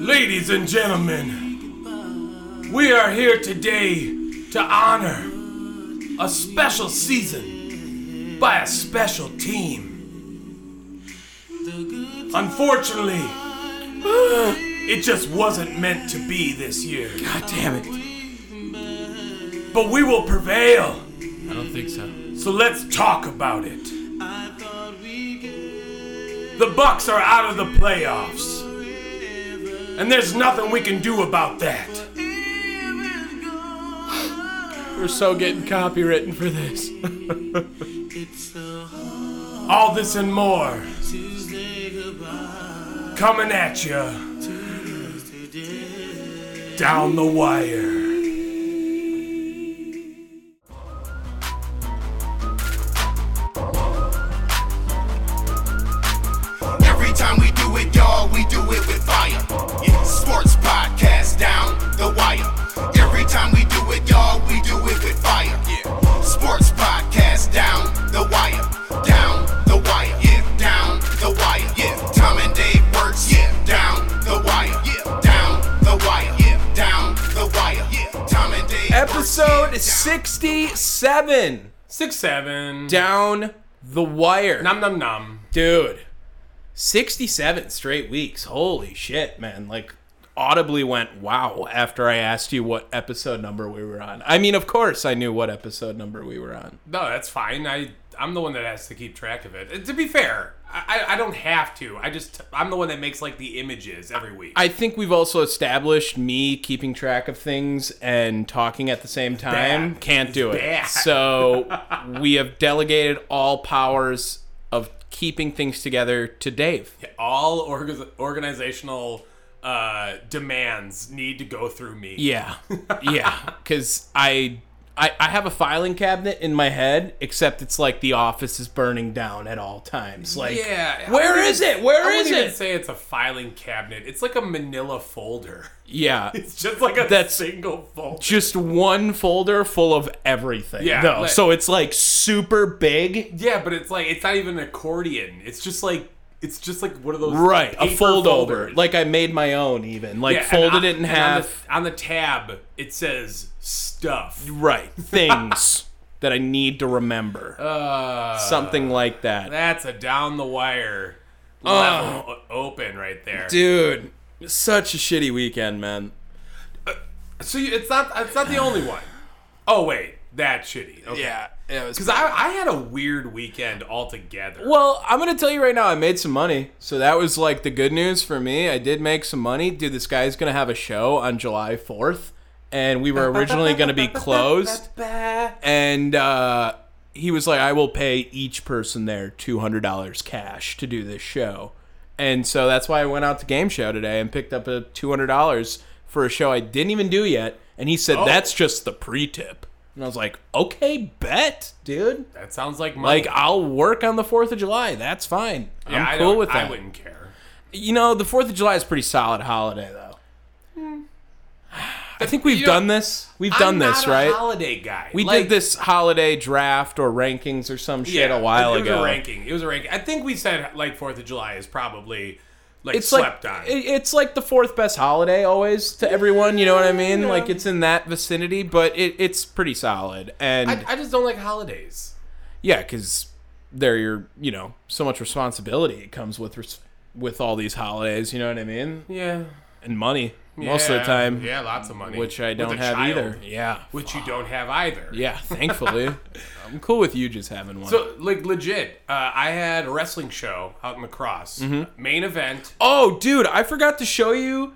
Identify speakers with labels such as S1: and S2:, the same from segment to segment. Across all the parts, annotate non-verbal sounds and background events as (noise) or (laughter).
S1: Ladies and gentlemen, we are here today to honor a special season by a special team. Unfortunately, (sighs) it just wasn't meant to be this year.
S2: God damn it.
S1: But we will prevail,
S2: I don't think so.
S1: so let's talk about it. The Bucks are out of the playoffs. And there's nothing we can do about that.
S2: We're so getting copywritten for this.
S1: All this and more coming at you down the wire.
S3: Every time we do it, y'all, we do it with fire. Yeah, sports podcast down the wire. Every time we do it, y'all, we do it with fire. Yeah, sports podcast down the wire, down the wire. Yeah, down the wire. Yeah, Tom and Dave works. Yeah, down the wire. Yeah, down the wire. Yeah, down the wire. Yeah, Tom and Dave. Works,
S2: (laughs)
S3: yeah,
S2: Episode
S3: down.
S2: 67.
S1: Six seven.
S2: Down the wire.
S1: Nom nom nom.
S2: Dude, 67 straight weeks. Holy shit, man. Like, audibly went wow after I asked you what episode number we were on. I mean, of course I knew what episode number we were on.
S1: No, that's fine. I I'm the one that has to keep track of it. Uh, To be fair, I I- I don't have to. I just I'm the one that makes like the images every week.
S2: I think we've also established me keeping track of things and talking at the same time
S1: bad.
S2: can't do it.
S1: bad.
S2: So (laughs) we have delegated all powers of keeping things together to Dave.
S1: All org- organizational uh, demands need to go through me. (laughs)
S2: Yeah. Yeah, cuz I I, I have a filing cabinet in my head, except it's like the office is burning down at all times. Like,
S1: Yeah, I
S2: where
S1: wouldn't
S2: is it? Where
S1: I
S2: is
S1: wouldn't
S2: it?
S1: even say it's a filing cabinet. It's like a manila folder. (laughs)
S2: yeah,
S1: It's just like a
S2: That's-
S1: single folder.
S2: just one folder full of everything.
S1: Yeah,
S2: though.
S1: like-
S2: so it's like super big,
S1: Yeah, but it's like it's not even an accordion. It's just like it's just like one of those
S2: Right, a
S1: paper
S2: fold over.
S1: folders.
S2: Like I made my own, even like
S1: Yeah, and
S2: folded
S1: on-
S2: it in
S1: and
S2: half.
S1: On the, on the tab, it says stuff. (laughs)
S2: right, things that I need to remember,
S1: Uh,
S2: something like that,
S1: That's a down the wire level o- open right there.
S2: dude. Such a shitty weekend, man.
S1: So you, it's not it's not the only
S2: (sighs)
S1: one. Oh wait, that shitty. Okay.
S2: it was.
S1: Because I, I had a weird weekend altogether.
S2: Well, I'm gonna tell you right now, I made some money, so that was like the good news for me. I did make some money, dude. This guy's gonna have a show on July 4th, and we were originally
S1: (laughs)
S2: gonna be closed. and uh, he was like, "I will pay each person there two hundred dollars cash to do this show," and so that's why I went out to game show today and picked up a two hundred dollars for a show I didn't even do yet. And he
S1: Oh.
S2: said, "That's just the pre-tip," and I was like, "Okay, bet, dude.
S1: That sounds like money.
S2: Like I'll work on the Fourth of July. That's fine.
S1: Yeah, I
S2: I'm cool
S1: don't-
S2: with that.
S1: I wouldn't care.
S2: You know, the Fourth of July is a pretty solid holiday though." I think we've
S1: You know,
S2: done this. We've done
S1: I'm not
S2: this,
S1: a
S2: right?
S1: Holiday guy.
S2: We
S1: Like,
S2: did this holiday draft or rankings or some shit a while
S1: it was
S2: ago.
S1: A ranking. It was a ranking. I think we said like Fourth of July is probably like
S2: It's
S1: slept
S2: like
S1: on.
S2: it- it's like the fourth best holiday always to everyone. You know what I mean? Like it's in that vicinity, but it, it's pretty solid. And yeah,
S1: I, I just don't like holidays.
S2: yeah, because they're your you know so much responsibility it comes with res- with all these holidays. You know what I mean?
S1: Yeah.
S2: And money most of the time,
S1: Yeah, lots of money.
S2: which I
S1: With
S2: don't
S1: a
S2: have
S1: child,
S2: either. Yeah,
S1: Which you don't have either.
S2: yeah.
S1: (laughs)
S2: Thankfully, I'm cool with you just having one.
S1: So like legit, uh, I had a wrestling show out in lacrosse. Main event.
S2: Mm-hmm. Oh, dude, I forgot to show you.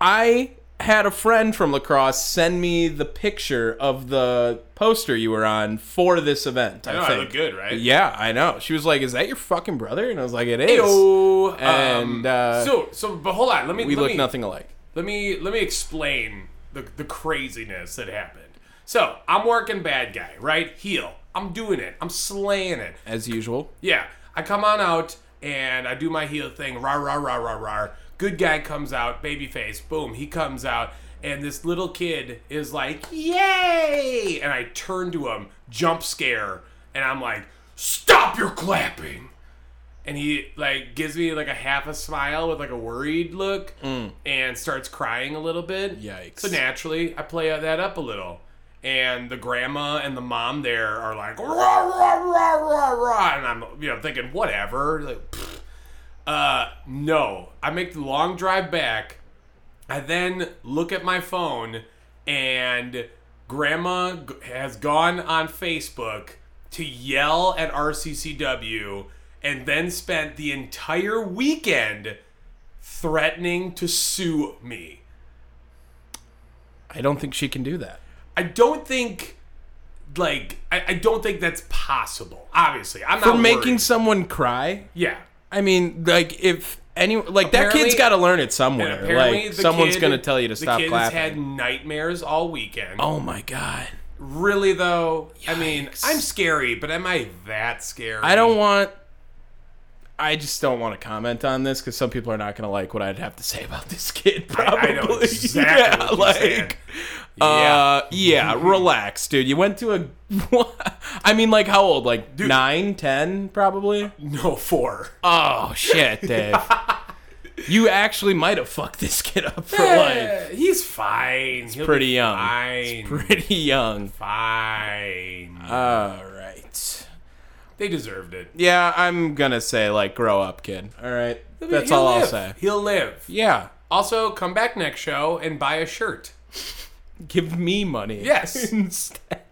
S2: I had a friend from lacrosse send me the picture of the poster you were on for this event. I,
S1: Oh, I know
S2: think.
S1: I look good, right?
S2: Yeah, I know. She was like, "Is that your fucking brother?" And I was like, "It is."
S1: Ayo.
S2: And, uh,
S1: um, so so, but hold on. Let me
S2: we
S1: let
S2: look
S1: me,
S2: nothing alike.
S1: let me let me explain the the craziness that happened. So I'm working bad guy, right? Heel. I'm doing it. I'm slaying it.
S2: As usual,
S1: Yeah. I come on out and I do my heel thing. Rah rah rah rah rah. Good guy comes out, babyface. Boom. He comes out, and this little kid is like, "Yay!" And I turn to him, jump scare, and I'm like, "Stop your clapping!" and he like gives me like a half a smile with like a worried look and starts crying a little bit.
S2: Yikes.
S1: So naturally, I play that up a little. And the grandma and the mom there are like rah rah rah rah rah and I'm you know thinking whatever like pfft. uh no I make the long drive back I then look at my phone and grandma g- has gone on Facebook to yell at RCCW and then spent the entire weekend threatening to sue me.
S2: I don't think she can do that.
S1: I don't think like I, I don't think that's possible. Obviously, I'm
S2: For
S1: not
S2: making
S1: worried.
S2: someone cry,
S1: yeah.
S2: I mean, like if any like that
S1: Apparently-
S2: kid's got to learn it
S1: And
S2: somewhere.
S1: apparently,
S2: Like
S1: the
S2: someone's
S1: kid-
S2: gonna tell you to
S1: the
S2: stop
S1: kid has
S2: clapping.
S1: had nightmares all weekend.
S2: oh my god!
S1: Really though, I mean,
S2: Yikes.
S1: I'm scary, but am I that scary?
S2: I don't want. I just don't want to comment on this because some people are not gonna like what I'd have to say about (laughs) this kid. Probably. (laughs)
S1: I know exactly
S2: yeah,
S1: what you're saying. Mm-hmm.
S2: like. Uh, yeah, relax, dude. You went to a. (laughs) I mean, like, how old? Like nine, ten, probably.
S1: (laughs) No four.
S2: Oh
S1: (laughs)
S2: shit, Dave. you actually might have fucked this kid up for life.
S1: Eh, He's fine. He's
S2: Pretty young.
S1: Fine.
S2: It's pretty young.
S1: fine.
S2: All right.
S1: they deserved it.
S2: Yeah, I'm gonna say like, grow up, kid. All right. That's
S1: He'll
S2: all I'll
S1: live.
S2: say.
S1: He'll live.
S2: Yeah.
S1: Also, come back next show and buy a shirt.
S2: Give me money.
S1: Yes.
S2: (laughs) Instead.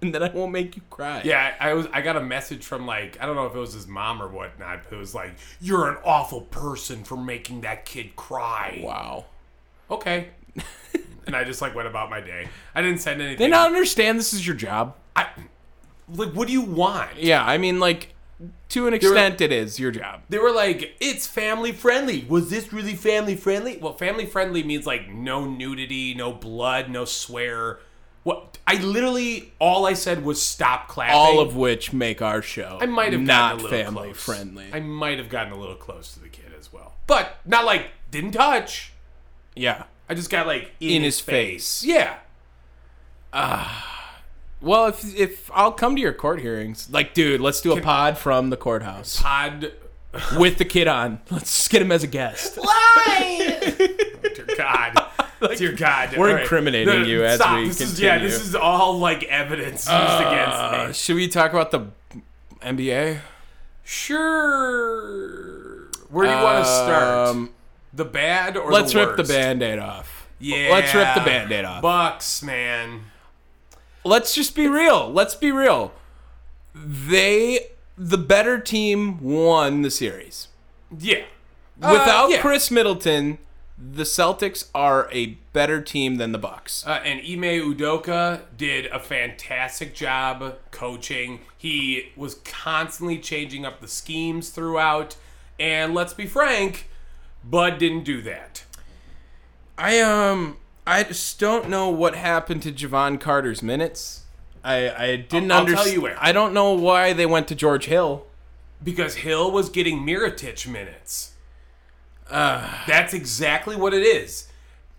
S2: And then I won't make you cry.
S1: Yeah, I was. I got a message from like I don't know if it was his mom or whatnot. But it was like you're an awful person for making that kid cry.
S2: Wow. (laughs)
S1: Okay. and I just like went about my day. I didn't send anything.
S2: They not understand this is your job.
S1: I, like, what do you want?
S2: Yeah, I mean like to an extent it is your job.
S1: They were like, it's family friendly. Was this really family friendly? Well, family friendly means like no nudity, no blood, no swear. What I literally all I said was stop clapping.
S2: All of which make our show
S1: I might have
S2: not
S1: gotten a little
S2: family
S1: close.
S2: friendly.
S1: I might have gotten a little close to the kid as well, but not like didn't touch.
S2: yeah.
S1: I just got like in,
S2: In his face.
S1: Yeah,
S2: Well, if if I'll come to your court hearings, like, dude, let's do a pod from the courthouse
S1: pod.
S2: with the kid on. Let's just get him as a guest.
S1: (laughs) Dear God, dear God,
S2: We're
S1: All right.
S2: incriminating you as
S1: stop.
S2: we
S1: this Is, yeah,
S2: continue.
S1: this is all like evidence used
S2: Uh,
S1: against me.
S2: should we talk about the NBA?
S1: Sure. Where do you want to start?
S2: Um,
S1: The bad or
S2: let's
S1: the
S2: rip the
S1: worst?
S2: band-aid off.
S1: Yeah.
S2: Let's rip the band-aid off.
S1: Bucks, man.
S2: let's just be real. Let's be real. They the better team won the series.
S1: Yeah.
S2: Without
S1: yeah.
S2: Chris Middleton, the Celtics are a better team than the Bucks.
S1: Uh, and Ime Udoka did a fantastic job coaching. He was constantly changing up the schemes throughout. And let's be frank, Bud didn't do that.
S2: I um I just don't know what happened to Javon Carter's minutes. I I didn't
S1: I'll- I'll tell
S2: understand.
S1: you where.
S2: I don't know why they went to George Hill.
S1: because Hill was getting Miritich minutes. That's exactly what it is.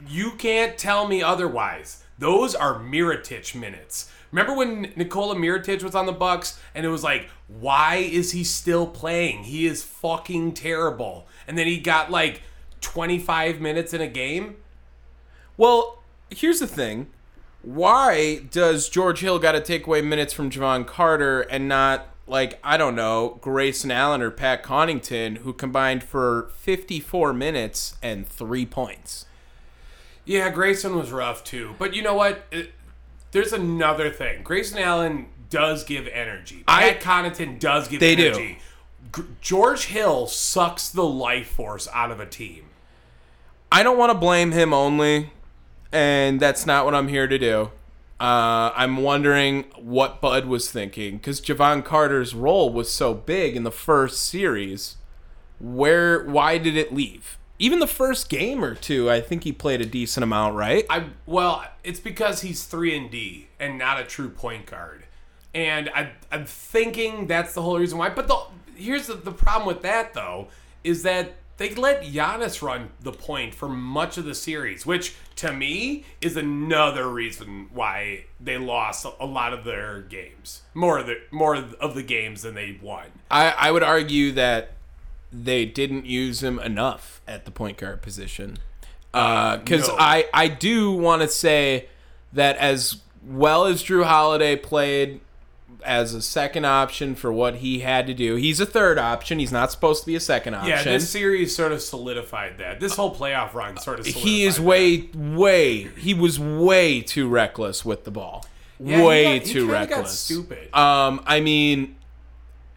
S1: You can't tell me otherwise. Those are Miritich minutes. Remember when Nikola Miritich was on the Bucks and it was like, why is he still playing? He is fucking terrible. And then he got like 25 minutes in a game.
S2: Well, here's the thing. Why does George Hill got to take away minutes from Javon Carter and not like I don't know Grayson Allen or Pat Connington who combined for 54 minutes and three points?
S1: Yeah, Grayson was rough too. But you know what? It- there's another thing. Grayson Allen does give energy.
S2: I-
S1: Pat Connaughton does give
S2: They do.
S1: energy. G- George Hill sucks the life force out of a team.
S2: I don't want to blame him only, and that's not what I'm here to do. Uh, I'm wondering what Bud was thinking because Javon Carter's role was so big in the first series. Where, why did it leave? Even the first game or two, I think he played a decent amount, right?
S1: I well, it's because he's three and D and not a true point guard, and I I'm thinking that's the whole reason why. But the here's the, the problem with that though is that they let Giannis run the point for much of the series, which to me is another reason why they lost a lot of their games, more of the more of the games than they won.
S2: I, I would argue that they didn't use him enough at the point guard position. Because
S1: Uh, no.
S2: I, I do want to say that as well as Drew Holiday played as a second option for what he had to do, he's a third option. He's not supposed to be a second option.
S1: Yeah, this series sort of solidified that. This whole playoff run sort of solidified
S2: he is
S1: that.
S2: way, way, he was way too reckless with the ball.
S1: he
S2: way
S1: got- he
S2: too
S1: kinda got
S2: reckless.
S1: stupid.
S2: Um, I mean,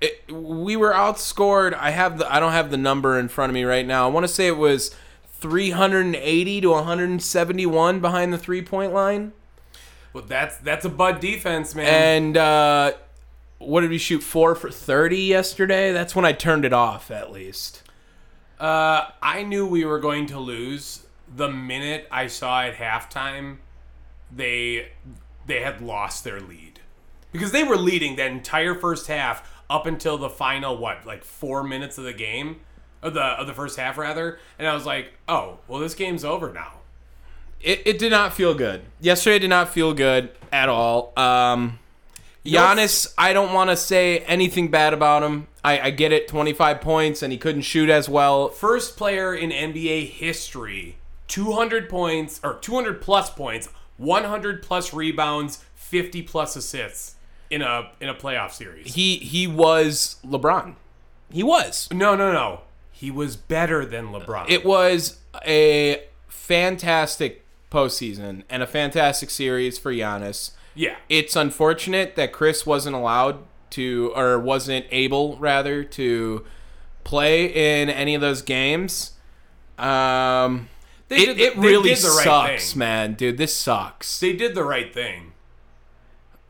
S2: it, we were outscored. I have the, I don't have the number in front of me right now. I want to say it was 380 to 171 behind the three point line,
S1: Well, that's that's a Bud defense, man.
S2: and uh, what did we shoot four for 30 yesterday? That's when I turned it off, at least.
S1: Uh, I knew we were going to lose the minute I saw at halftime. They they had lost their lead because they were leading that entire first half up until the final what like four minutes of the game of the of the first half rather. And I was like, oh well, this game's over now.
S2: It, it did not feel good. Yesterday did not feel good at all. Um,
S1: know
S2: Giannis, I don't want to say anything bad about him. I, I get it, 25 points, and he couldn't shoot as well.
S1: First player in NBA history, 200 points or 200 plus points, 100 plus rebounds, 50 plus assists in a in a playoff series.
S2: He he was LeBron. He was.
S1: No, no, no. He was better than LeBron.
S2: It was a fantastic postseason and a fantastic series for Giannis.
S1: yeah.
S2: It's unfortunate that Chris wasn't allowed to, or wasn't able, rather, to play in any of those games. Um,
S1: They
S2: it
S1: did the-
S2: it
S1: they
S2: really
S1: did the right
S2: sucks,
S1: thing.
S2: man, dude. This sucks. Ah,
S1: they did the right thing.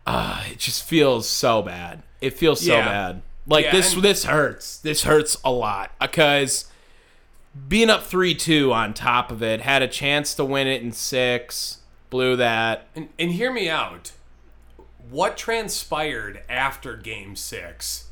S2: It just feels so bad. It feels so
S1: Yeah.
S2: bad. Like
S1: Yeah,
S2: this,
S1: and-
S2: this hurts. This hurts a lot because being up three two on top of it had a chance to win it in six, blew that.
S1: And, and hear me out. What transpired after game six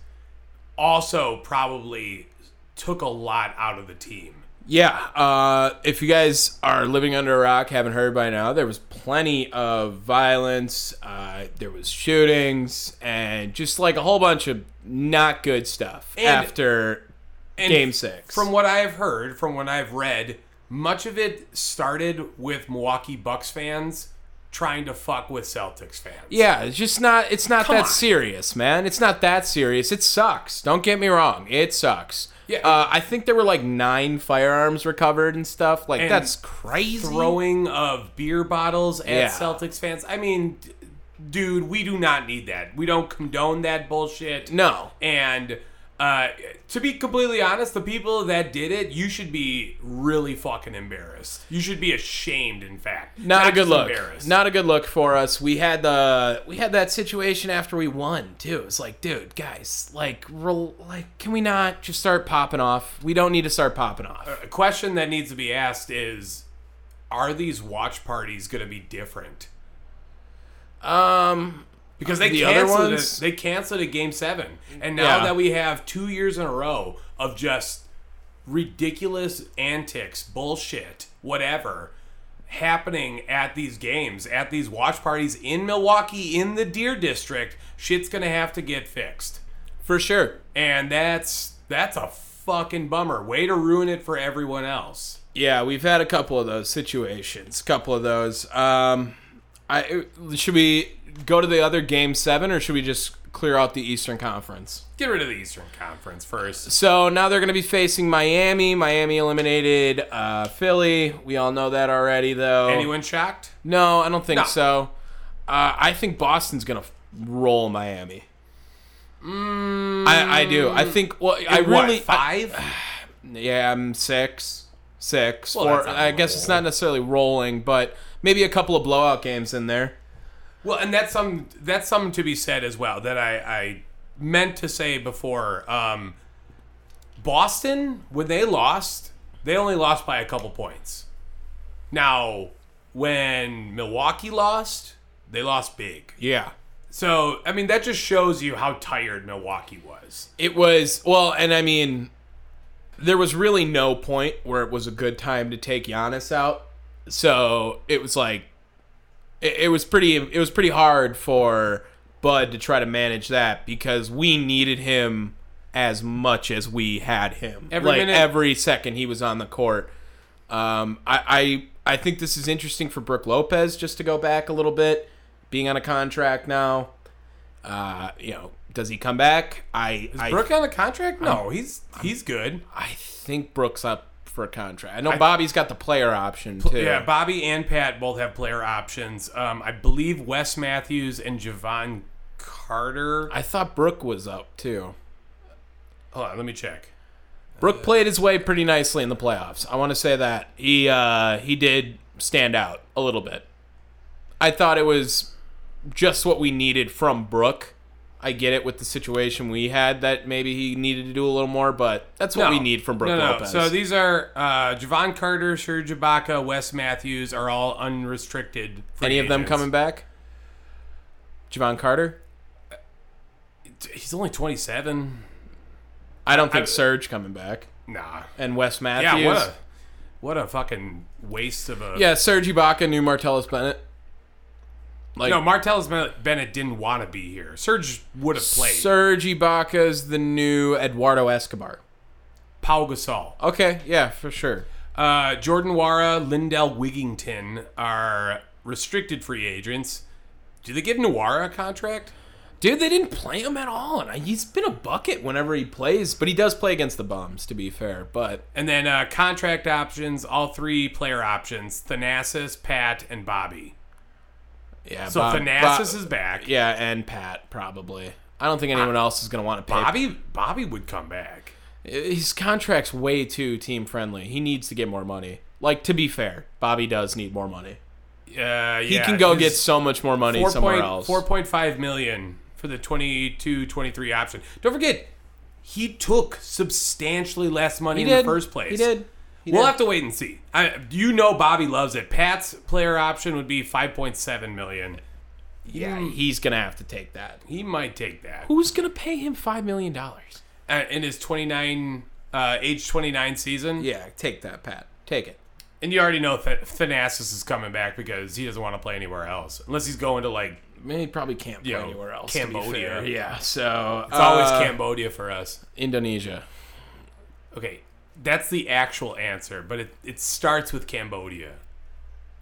S1: also probably took a lot out of the team.
S2: Yeah, uh, if you guys are living under a rock, haven't heard by now, there was plenty of violence. Uh, there was shootings and just like a whole bunch of not good stuff
S1: And-
S2: after
S1: And
S2: game six.
S1: From what I've heard, from what I've read, much of it started with Milwaukee Bucks fans trying to fuck with Celtics fans.
S2: yeah, it's just not. It's not that
S1: on.
S2: serious, man. It's not that serious. It sucks. Don't get me wrong. It sucks.
S1: Yeah.
S2: Uh, I think there were like nine firearms recovered and stuff. Like
S1: And
S2: that's crazy.
S1: throwing of beer bottles at
S2: Yeah.
S1: Celtics fans. I mean, d- dude, we do not need that. We don't condone that bullshit.
S2: no.
S1: And uh, to be completely honest, the people that did it, you should be really fucking embarrassed. You should be ashamed, in fact.
S2: not, a good
S1: just
S2: look.
S1: Embarrassed.
S2: Not a good look for us. We had the we had that situation after we won too. It was like, dude, guys, like, rel- like, can we not just start popping off? We don't need to start popping off.
S1: a question that needs to be asked is: Are these watch parties going to be different?
S2: Um,
S1: because they
S2: The other
S1: canceled
S2: ones?
S1: it. They canceled a game seven, and now
S2: Yeah.
S1: that we have two years in a row of just ridiculous antics, bullshit, whatever happening at these games, at these watch parties in Milwaukee in the Deer District, shit's gonna have to get fixed,
S2: for sure.
S1: and that's that's a fucking bummer. Way to ruin it for everyone else.
S2: Yeah, we've had a couple of those situations. couple of those. Um, I should we go to the other game seven, or should we just clear out the Eastern Conference?
S1: Get rid of the Eastern Conference first.
S2: So now they're going to be facing Miami. Miami eliminated uh, Philly. We all know that already, though.
S1: Anyone shocked?
S2: No, I don't think
S1: No.
S2: so. Uh, I think Boston's gonna f- roll Miami. I, I do. I think. Well, I
S1: Mm. What,
S2: really. I-
S1: five.
S2: yeah, I'm six, six.
S1: Well,
S2: or
S1: that's not
S2: I guess it's not necessarily rolling, but maybe a couple of blowout games in there.
S1: Well, and that's some that's something to be said as well that I, I meant to say before. Um, Boston, when they lost, they only lost by a couple points. Now, when Milwaukee lost, they lost big.
S2: Yeah.
S1: So, I mean, that just shows you how tired Milwaukee was.
S2: It was well, and I mean, there was really no point where it was a good time to take Giannis out. So it was like, it, it was pretty, it was pretty hard for Bud to try to manage that because we needed him as much as we had him.
S1: Every
S2: like
S1: minute-
S2: every second he was on the court. Um, I, I I think this is interesting for Brooke Lopez just to go back a little bit, being on a contract now. Uh, you know, does he come back? I I,
S1: Brooke on a contract? No, he's he's good.
S2: I think Brooks up for a contract. I know Bobby's got the player option too.
S1: Yeah, Bobby and Pat both have player options. Um, I believe Wes Matthews and Javon Carter.
S2: I thought Brooke was up too.
S1: Uh, Hold on, let me check.
S2: Brooke played his way pretty nicely in the playoffs. I want to say that he uh, he did stand out a little bit. I thought it was just what we needed from Brooke. I get it with the situation we had that maybe he needed to do a little more, but that's what we need from Brooke
S1: no, no.
S2: Lopez.
S1: So these are uh, Javon Carter, Serge Ibaka, Wes Matthews are all unrestricted. free
S2: Any of them
S1: agents.
S2: coming back? Javon Carter?
S1: He's only 27.
S2: I don't think Serge coming back.
S1: Nah.
S2: And Wes
S1: Yeah,
S2: Matthews.
S1: what a what a fucking waste of a
S2: Yeah, Serge Ibaka, new Martellus Bennett. Like
S1: No, Martellus Ben- Bennett didn't want to be here. Serge would have played.
S2: Serge Ibaka's the new Eduardo Escobar.
S1: Paul Gasol,
S2: Okay, yeah, for sure.
S1: uh, Jordan Wara, Lindell Wigington are restricted free agents. Do they give Nwara a contract?
S2: Dude, they didn't play him at all, and I- he's been a bucket whenever he plays. But he does play against the Bums, to be fair. But
S1: And then uh, contract options, all three player options: Thanasis, Pat, and Bobby.
S2: yeah,
S1: So
S2: Bob-
S1: Thanasis
S2: Bob-
S1: is back.
S2: Uh, yeah, and Pat probably. I don't think anyone else is gonna want to pay.
S1: Bobby, Bobby would come back.
S2: his contract's way too team friendly. He needs to get more money. Like to be fair, Bobby does need more money.
S1: Uh, yeah,
S2: He can go
S1: his
S2: get so much more money
S1: four
S2: somewhere
S1: point-
S2: else.
S1: 4.5 million for the 22-23 option. Don't forget, he took substantially less money
S2: He
S1: in
S2: did.
S1: the first place.
S2: He did. He
S1: we'll
S2: did.
S1: have to wait and see. I, you know, Bobby loves it. Pat's player option would be five point seven million.
S2: Yeah, he's gonna have to take that.
S1: He might take that.
S2: Who's gonna pay him five million dollars?
S1: Uh, in his twenty nine, uh, age twenty nine season.
S2: Yeah, take that, Pat. Take it.
S1: And you already know that Thanasis is coming back because he doesn't want to play anywhere else, unless he's going to like.
S2: I mean, he probably can't play
S1: Yeah,
S2: anywhere else. To be
S1: Cambodia. uh,
S2: fair. Yeah, so
S1: It's always Cambodia for us.
S2: Indonesia.
S1: Okay, that's the actual answer, but it, it starts with Cambodia.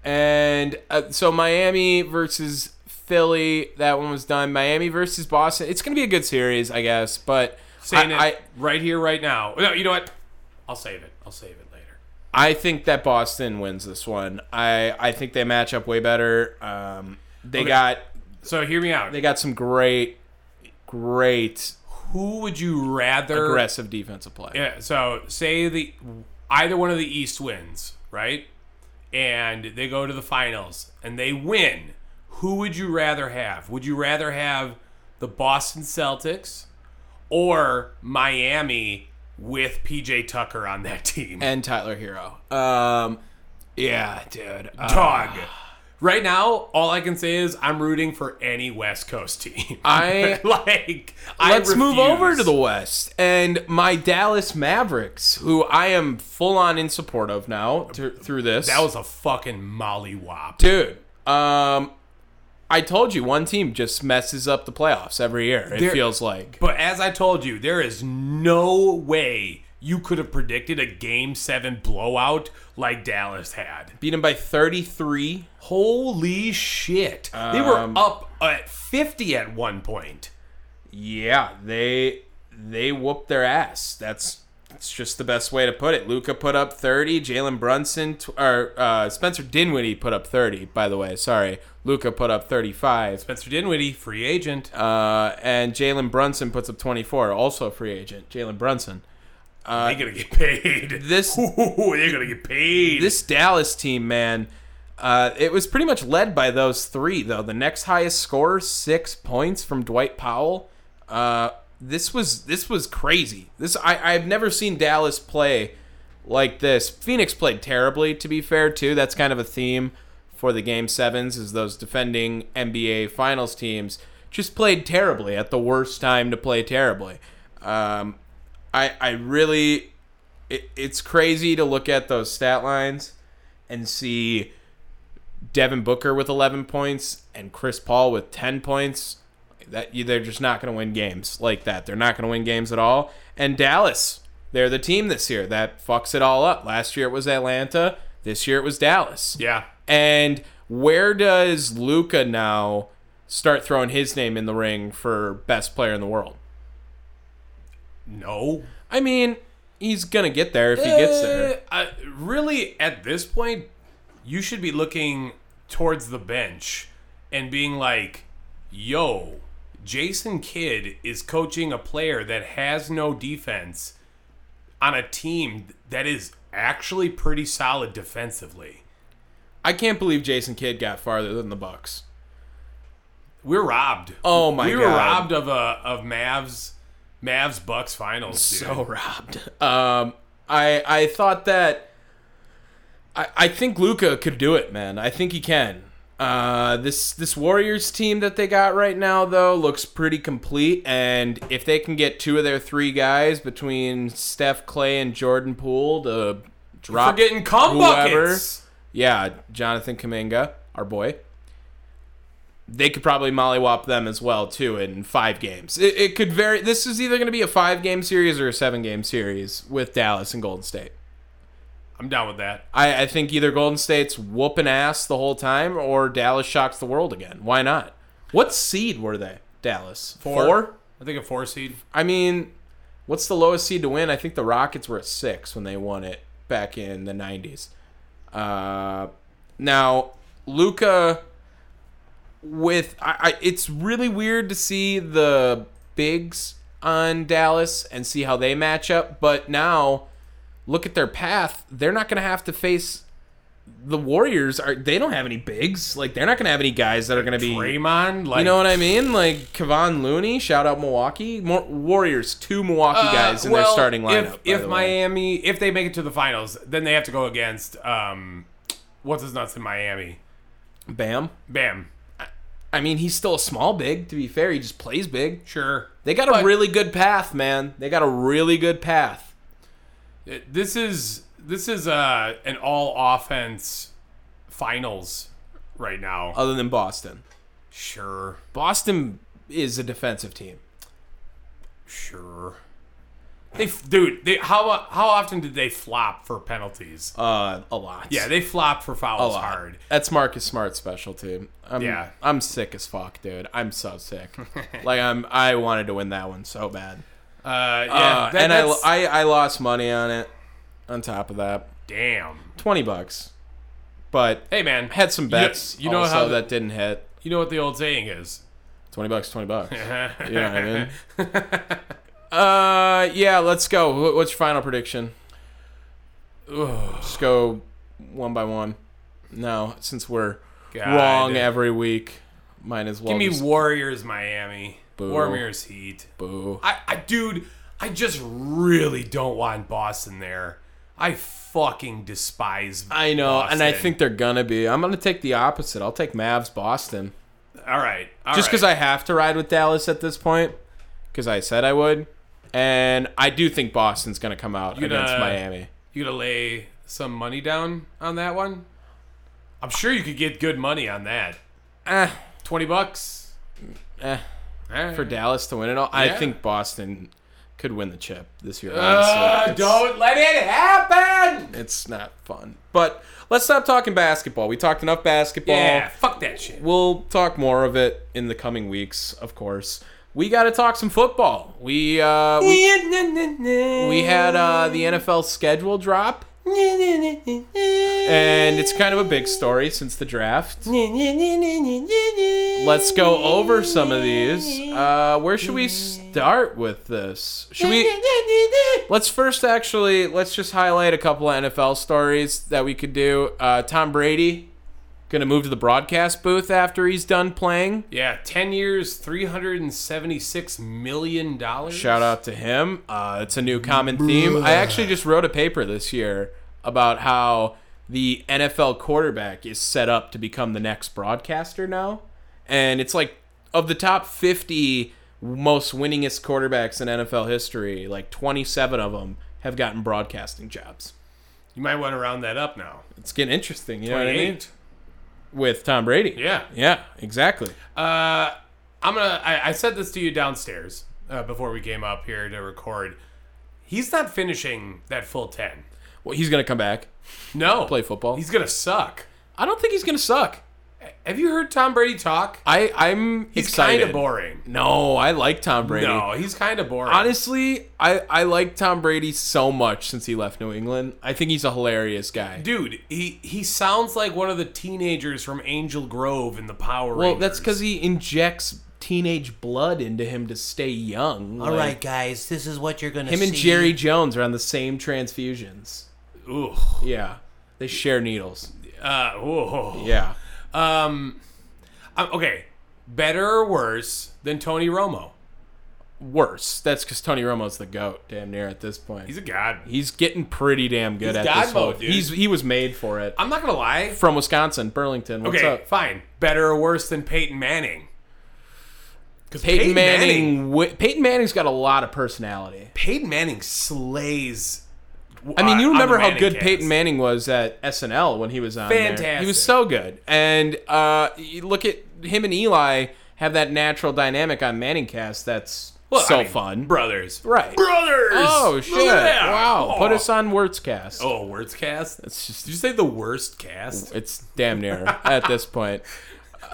S2: And uh, so Miami versus Philly, that one was done. Miami versus Boston. It's gonna be a good series, I guess. But
S1: Saying
S2: I,
S1: it right here, right now. No, you know what? I'll save it. I'll save it later.
S2: I, I think that Boston wins this one. I I think they match up way better. Um, they got
S1: So hear me out.
S2: they got some great, great
S1: Who would you rather?
S2: aggressive defensive play.
S1: Yeah. So say the either one of the East wins, right? And they go to the finals and they win. Who would you rather have? Would you rather have the Boston Celtics or Miami with PJ Tucker on that team?
S2: And Tyler Hero. Um, yeah, dude. Uh,
S1: Dog. Right now, all I can say is I'm rooting for any West Coast team.
S2: I-
S1: (laughs) like. I
S2: Let's move over to
S1: refuse.
S2: the West and my Dallas Mavericks, who I am full on in support of now thr- through this.
S1: That was a fucking mollywop.
S2: dude. Um, I told you one team just messes up the playoffs every year. It
S1: They're-
S2: feels like
S1: But as I told you, there is no way you could have predicted a game seven blowout like Dallas had.
S2: beaten by thirty three.
S1: Holy shit. they were
S2: Um,
S1: up at 50 at one point.
S2: Yeah, they they whooped their ass. That's that's just the best way to put it. Luca put up thirty. Jalen Brunson tw- or uh, Spencer Dinwiddie put up thirty. By the way, sorry, Luca put up thirty five.
S1: Spencer Dinwiddie, free agent.
S2: Uh, and Jalen Brunson puts up 24, also a free agent. Jalen Brunson. Uh,
S1: they're going to get paid. (laughs)
S2: This-
S1: Ooh, they're going to get paid.
S2: This Dallas team, man, uh, it was pretty much led by those three, though. The next highest scorer, six points from Dwight Powell. Uh, this was this was crazy. This I, I've never seen Dallas play like this. Phoenix played terribly, to be fair, too. That's kind of a theme for the game sevens is those defending NBA Finals teams just played terribly at the worst time to play terribly. Um, I I really it, it's crazy to look at those stat lines and see Devin Booker with 11 points and Chris Paul with 10 points. That you- they're just not going to win games like that. They're not going to win games at all. And Dallas, they're the team this year that fucks it all up. Last year it was Atlanta. This year it was Dallas.
S1: Yeah.
S2: And where does Luca now start throwing his name in the ring for best player in the world?
S1: No.
S2: I mean, he's gonna get there if he gets there.
S1: Uh, I- really, at this point, you should be looking towards the bench and being like, yo, Jason Kidd is coaching a player that has no defense on a team that is actually pretty solid defensively.
S2: I can't believe Jason Kidd got farther than the Bucks.
S1: We're robbed.
S2: Oh my
S1: we were
S2: God.
S1: robbed of a of Mavs Mavs Bucks finals, dude.
S2: So robbed. Um, I I thought that. I I think Luca could do it, man. I think he can. Uh, this this Warriors team that they got right now though looks pretty complete, and if they can get two of their three guys between Steph, Clay, and Jordan Poole to drop
S1: We're getting cum
S2: whoever-
S1: buckets.
S2: Yeah, Jonathan Kaminga, our boy. They could probably mollywop them as well too in five games. It, it could vary. This is either going to be a five game series or a seven game series with Dallas and Golden State.
S1: I'm down with that.
S2: I, I think either Golden State's whooping ass the whole time or Dallas shocks the world again. Why not? What seed were they? Dallas four?
S1: I think a four seed.
S2: I mean, what's the lowest seed to win? I think the Rockets were at six when they won it back in the nineties. Uh, now, Luca, with I, I, it's really weird to see the bigs on Dallas and see how they match up. But now, look at their path. They're not going to have to face. The Warriors are they don't have any bigs. Like they're not gonna have any guys that are gonna be
S1: Raymond, like
S2: you know what I mean? Like Kevon Looney, shout out Milwaukee More, Warriors, two Milwaukee guys in their
S1: Uh, well,
S2: starting
S1: if-
S2: lineup. by
S1: If,
S2: the way.
S1: Miami, if they make it to the finals, then they have to go against um, what's his nuts in Miami.
S2: Bam,
S1: Bam.
S2: I mean he's still a small big. To be fair, he just plays big.
S1: Sure.
S2: They got a
S1: But-
S2: really good path, man. They got a really good path.
S1: This is this is uh, an all offense finals right now.
S2: Other than Boston,
S1: sure.
S2: Boston is a defensive team.
S1: Sure. They f- dude, they how how often did they flop for penalties?
S2: Uh, a lot.
S1: yeah, they flopped for
S2: a
S1: fouls
S2: lot.
S1: hard.
S2: That's Marcus Smart's specialty. I'm,
S1: Yeah.
S2: I'm sick as fuck, dude. I'm
S1: (laughs)
S2: so sick. like I'm, I wanted to win that one so bad.
S1: Uh, yeah,
S2: Uh,
S1: that-
S2: and I,
S1: that's-
S2: I, I lost money on it. On top of that,
S1: damn.
S2: twenty bucks, but
S1: Hey man,
S2: had some bets.
S1: You, you know
S2: also
S1: how the-
S2: that didn't hit.
S1: you know what the old saying is.
S2: Twenty bucks,
S1: (laughs)
S2: twenty bucks. yeah, I mean. Uh, yeah. Let's go. Wh- What's your final prediction? Just go one by one. No, since we're
S1: God.
S2: wrong every week, might as well
S1: Give me
S2: just
S1: Warriors Miami.
S2: Boo.
S1: Warriors Heat.
S2: boo.
S1: I, I dude, I just really don't want Boston there. I fucking despise
S2: I know, and I
S1: Boston.
S2: think they're gonna be. I'm gonna take the opposite. I'll take Mavs Boston.
S1: All right. all
S2: just
S1: right.
S2: because I have to ride with Dallas at this point, because I said I would, and I do think Boston's going to come out
S1: gonna-
S2: against Miami.
S1: You gonna lay some money down on that one? I'm sure you could get good money on that.
S2: Eh,
S1: Twenty bucks.
S2: eh,
S1: Eh.
S2: for Dallas to win it all, I
S1: Yeah.
S2: think Boston could win the chip this year.
S1: Uh,
S2: honestly. It's-
S1: don't let it happen.
S2: It's not fun. But let's stop talking basketball. We talked enough basketball.
S1: Yeah, fuck that shit.
S2: We'll talk more of it in the coming weeks, of course. We got to talk some football. We uh, we, we had uh, the NFL schedule drop. and it's kind of a big story since the draft. Let's go over some of these. Uh, where should we start with this? Should we? Let's first actually let's just highlight a couple of NFL stories that we could do. Uh, Tom Brady gonna move to the broadcast booth after he's done playing.
S1: Yeah, ten years, three hundred and seventy-six million dollars.
S2: Shout out to him. Uh, it's a new common theme. I actually just wrote a paper this year about how the NFL quarterback is set up to become the next broadcaster now. And it's like of the top 50 most winningest quarterbacks in NFL history, like 27 of them have gotten broadcasting jobs.
S1: You might want to round that up now.
S2: It's getting interesting, you know what I mean?
S1: 28.
S2: With Tom Brady.
S1: Yeah.
S2: Yeah, exactly.
S1: Uh, I'm gonna. I, I said this to you downstairs uh, before we came up here to record. He's not finishing that full ten.
S2: Well, he's gonna come back.
S1: No,
S2: Play football.
S1: He's gonna suck.
S2: I don't think he's gonna suck.
S1: Have you heard Tom Brady talk?
S2: I I'm
S1: He's
S2: excited.
S1: kind of boring.
S2: No, I like Tom Brady.
S1: No, he's kind of boring.
S2: Honestly, I, I like Tom Brady so much since he left New England. I think he's a hilarious guy.
S1: Dude, he, he sounds like one of the teenagers from Angel Grove in the Power
S2: well,
S1: Rangers.
S2: that's because he injects teenage blood into him to stay young.
S4: All
S2: Like,
S4: right, guys, this is what you're gonna
S2: Him
S4: see.
S2: and Jerry Jones are on the same transfusions.
S1: Ooh.
S2: Yeah. They share needles.
S1: Uh, whoa.
S2: Yeah.
S1: Um, um, okay. Better or worse than Tony Romo?
S2: Worse. That's because Tony Romo's the GOAT, damn near at this point.
S1: He's
S2: He's,
S1: a god.
S2: getting pretty damn good
S1: He's
S2: at
S1: God
S2: this whole,
S1: mode, dude.
S2: He's He was made for it.
S1: I'm not going to lie.
S2: From Wisconsin, Burlington. What's
S1: Okay,
S2: up?
S1: fine. Better or worse than Peyton Manning? Because
S2: Peyton, Manning. wi- Peyton Manning's got a lot of personality.
S1: Peyton Manning slays.
S2: I mean, you remember how good
S1: Peyton
S2: Peyton
S1: Uh, Manning.
S2: Manning was at SNL when he was on. there. He
S1: Fantastic.
S2: was so good, and uh, you look at him and Eli have that natural dynamic on Manning Cast. That's
S1: Well,
S2: so
S1: I mean,
S2: fun,
S1: Brothers.
S2: right?
S1: Brothers!
S2: Oh
S1: Look
S2: shit!
S1: at that.
S2: Wow, put
S1: Oh.
S2: us on Wordscast.
S1: Oh, words cast?
S2: It's
S1: Did
S2: just
S1: you say the worst cast?
S2: it's damn near at this point.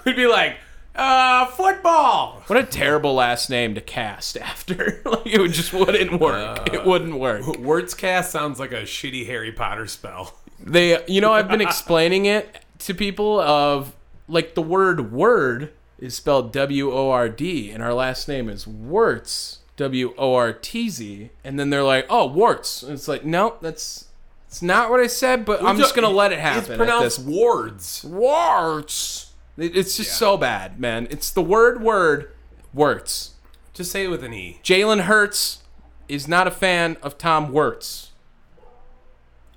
S1: We'd be like, uh, football.
S2: What a terrible last name to cast after. (laughs) like it would just wouldn't work.
S1: Uh,
S2: it wouldn't work.
S1: Words cast sounds like a shitty Harry Potter spell.
S2: They, you know, I've been explaining it to people of like the word word is spelled W O R D, and our last name is Wertz, W O R T Z, and then they're like, oh, Warts. And it's like, no, that's it's not what I said, but I'm just gonna let it happen.
S1: It's
S2: at
S1: pronounced
S2: this-
S1: wards.
S2: Warts. It- It's just so bad, man. It's the word word Wertz.
S1: Just say it with an E.
S2: Jalen Hurts is not a fan of Tom Wertz.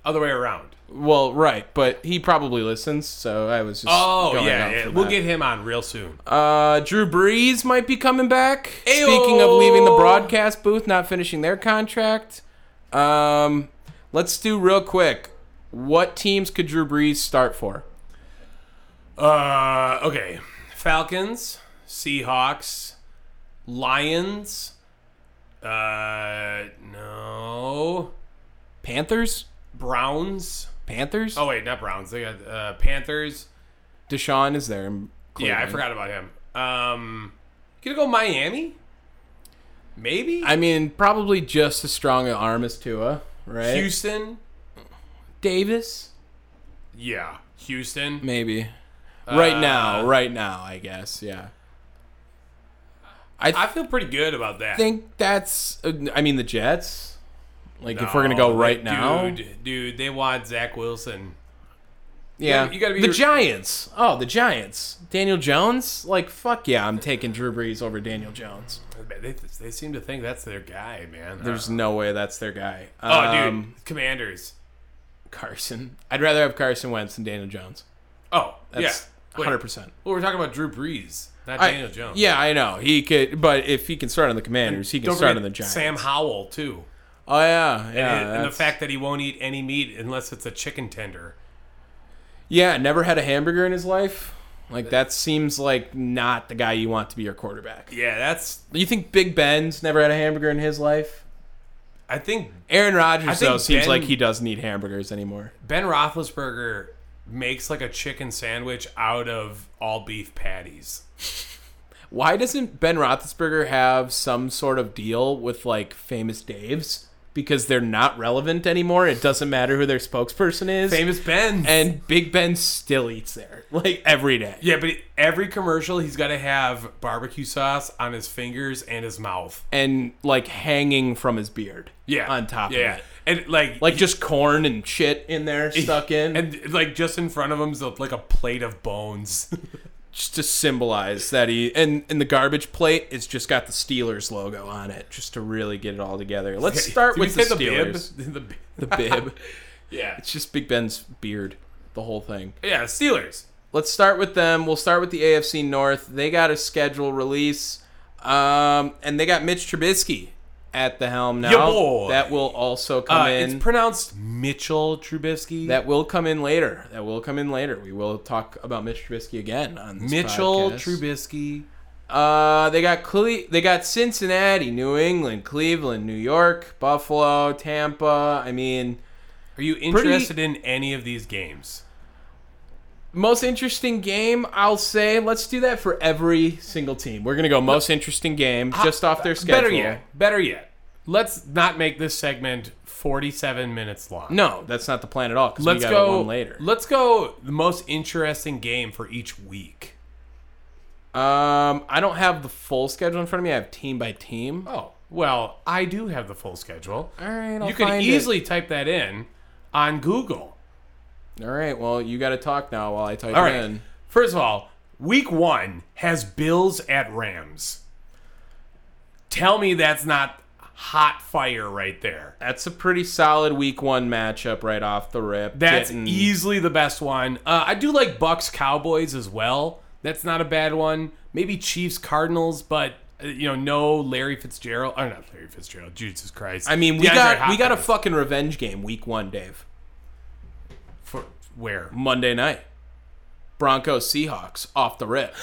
S1: Other way around.
S2: Well, right, but he probably listens, so I was just.
S1: Oh,
S2: going
S1: yeah.
S2: off
S1: yeah.
S2: of
S1: We'll
S2: that.
S1: get him on real soon.
S2: Uh, Drew Brees might be coming back.
S1: Ayo.
S2: Speaking of leaving the broadcast booth, not finishing their contract. Um, let's do real quick. What teams could Drew Brees start for?
S1: Uh, okay. Falcons, Seahawks, Lions. Uh, no.
S2: Panthers?
S1: Browns.
S2: Panthers?
S1: Oh, wait, not Browns. They got uh, Panthers.
S2: Deshaun is there. in
S1: Yeah, I
S2: Cleveland.
S1: forgot about him. Um, gonna go Miami. Maybe
S2: I mean, probably just as strong an arm as Tua, right?
S1: Houston.
S2: Davis?
S1: Yeah, Houston.
S2: Maybe.
S1: Uh,
S2: right now, right now, I guess, yeah. I
S1: I feel pretty good about that.
S2: think that's. uh, I mean, the Jets? Like, if
S1: No,
S2: we're going to go
S1: that
S2: right now.
S1: dude, dude, they want Zach Wilson.
S2: Yeah,
S1: You gotta be
S2: the
S1: re-
S2: Giants. Oh, the Giants. Daniel Jones. Like fuck yeah, I'm taking Drew Brees over Daniel Jones.
S1: They, they seem to think that's their guy, man.
S2: There's no way that's their guy.
S1: oh,
S2: Um,
S1: dude, Commanders.
S2: Carson. I'd rather have Carson Wentz than Daniel Jones.
S1: Oh,
S2: That's
S1: yeah,
S2: hundred
S1: Wait,
S2: percent.
S1: Well, we're talking about Drew Brees, not Daniel Jones.
S2: Yeah, I know he could, but if he can start on the Commanders, he can
S1: Don't
S2: start on
S1: forget
S2: the Giants.
S1: Sam Howell too,
S2: oh yeah, yeah.
S1: and, and the
S2: that's-
S1: fact that he won't eat any meat unless it's a chicken tender.
S2: yeah, never had a hamburger in his life. Like that seems like not the guy you want to be your quarterback.
S1: Yeah, that's.
S2: You think Big Ben's never had a hamburger in his life?
S1: I think
S2: Aaron Rodgers
S1: think
S2: though seems
S1: Ben-
S2: like he doesn't need hamburgers anymore.
S1: Ben Roethlisberger makes like a chicken sandwich out of all beef patties.
S2: Why doesn't Ben Roethlisberger have some sort of deal with like famous Daves? Because they're not relevant anymore. It doesn't matter who their spokesperson is.
S1: Famous Ben.
S2: and Big Ben still eats there like every day.
S1: yeah, but every commercial he's got to have barbecue sauce on his fingers and his mouth.
S2: And like hanging from his beard.
S1: Yeah,
S2: On top
S1: yeah.
S2: of it.
S1: and like
S2: Like just corn and shit in there stuck in. And
S1: and like just in front of him's like a plate of bones. (laughs)
S2: just to symbolize that he and, and the garbage plate it's just got the Steelers logo on it, just to really get it all together. Let's start
S1: Did we
S2: with the
S1: say
S2: Steelers.
S1: bib? (laughs) The, bi- (laughs)
S2: The bib.
S1: yeah,
S2: It's just Big Ben's beard. The whole thing.
S1: yeah. Steelers.
S2: let's start with them. We'll start with the AFC North. They got a schedule release, um, and they got Mitch Trubisky at the helm now.
S1: Ya boy.
S2: That will also come
S1: Uh,
S2: in.
S1: it's pronounced Mitchell Trubisky.
S2: that will come in later. That will come in later. We will talk about Mitch Trubisky again on this
S1: Mitchell
S2: podcast.
S1: Trubisky.
S2: Uh, they got Cle- they got Cincinnati, New England, Cleveland, New York, Buffalo, Tampa. I mean,
S1: Are you interested in any of these games?
S2: most interesting game. I'll say let's do that for every single team. We're gonna go most interesting game just off their schedule.
S1: Better yet, better yet, let's not make this segment 47 minutes long.
S2: No, that's not the plan at all. 'cause we
S1: let's
S2: got
S1: go
S2: one later.
S1: Let's go the most interesting game for each week.
S2: Um, I don't have the full schedule in front of me. I have team by team.
S1: Oh, well, I do have the full schedule.
S2: All right, I'll
S1: you can
S2: find it.
S1: easily type that in on Google.
S2: All right. Well, you got to talk now while I type
S1: All right.
S2: in.
S1: First of all, week one has Bills at Rams. Tell me that's not hot fire right there.
S2: That's a pretty solid week one matchup right off the rip.
S1: That's
S2: Getting-
S1: easily the best one. Uh, I do like Bucks Cowboys as well. That's not a bad one. Maybe Chiefs Cardinals, but uh, you know, no Larry Fitzgerald. Or not Larry Fitzgerald. Jesus Christ.
S2: I mean, we
S1: DeAndre
S2: got we got a
S1: Hopkins.
S2: fucking revenge game week one, Dave.
S1: for where
S2: Monday night. Broncos Seahawks off the rip.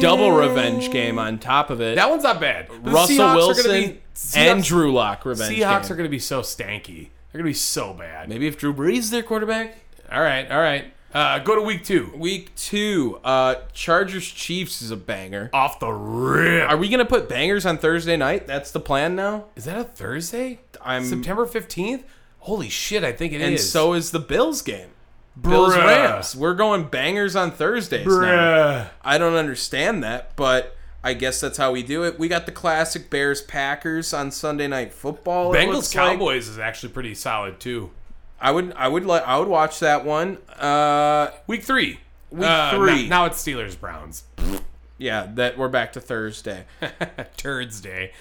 S2: Double revenge game on top of it.
S1: that one's not bad. The
S2: Russell
S1: Seahawks are
S2: Wilson
S1: gonna be- Seahawks-
S2: and Drew Lock revenge.
S1: Seahawks
S2: game.
S1: are going to be so stanky. They're going to be so bad.
S2: maybe if Drew Brees is their quarterback.
S1: All right, all right. Uh, go to week two.
S2: Week two, uh, Chargers Chiefs is a banger.
S1: Off the rip.
S2: Are we gonna put bangers on Thursday night? That's the plan now.
S1: Is that a Thursday?
S2: I'm-
S1: September fifteenth. Holy shit! I think it is.
S2: and so is the Bills game. Bills
S1: Bruh.
S2: Rams. We're going bangers on Thursdays now.
S1: Bruh.
S2: I don't understand that, but I guess that's how we do it. We got the classic Bears Packers on Sunday Night Football. it
S1: Bengals
S2: looks like.
S1: Cowboys is actually pretty solid too.
S2: I would I would like I would watch that one. Uh,
S1: Week three. Week Now,
S2: three.
S1: now it's Steelers Browns. (laughs)
S2: yeah, that we're back to Thursday.
S1: Turds day.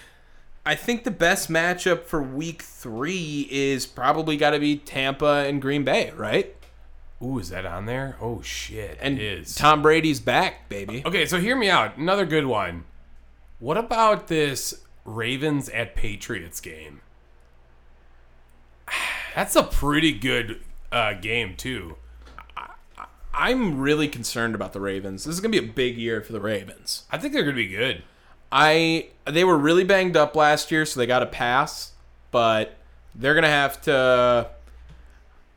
S2: I think the best matchup for Week Three is probably got to be Tampa and Green Bay, right?
S1: Ooh, is that on there? Oh shit!
S2: And
S1: it is.
S2: Tom Brady's back, baby.
S1: okay, so hear me out. Another good one. What about this Ravens at Patriots game? (sighs) That's a pretty good uh, game too.
S2: I'm really concerned about the Ravens. This is gonna be a big year for the Ravens.
S1: I think they're gonna be good.
S2: I they were really banged up last year, so they got a pass, but they're gonna have to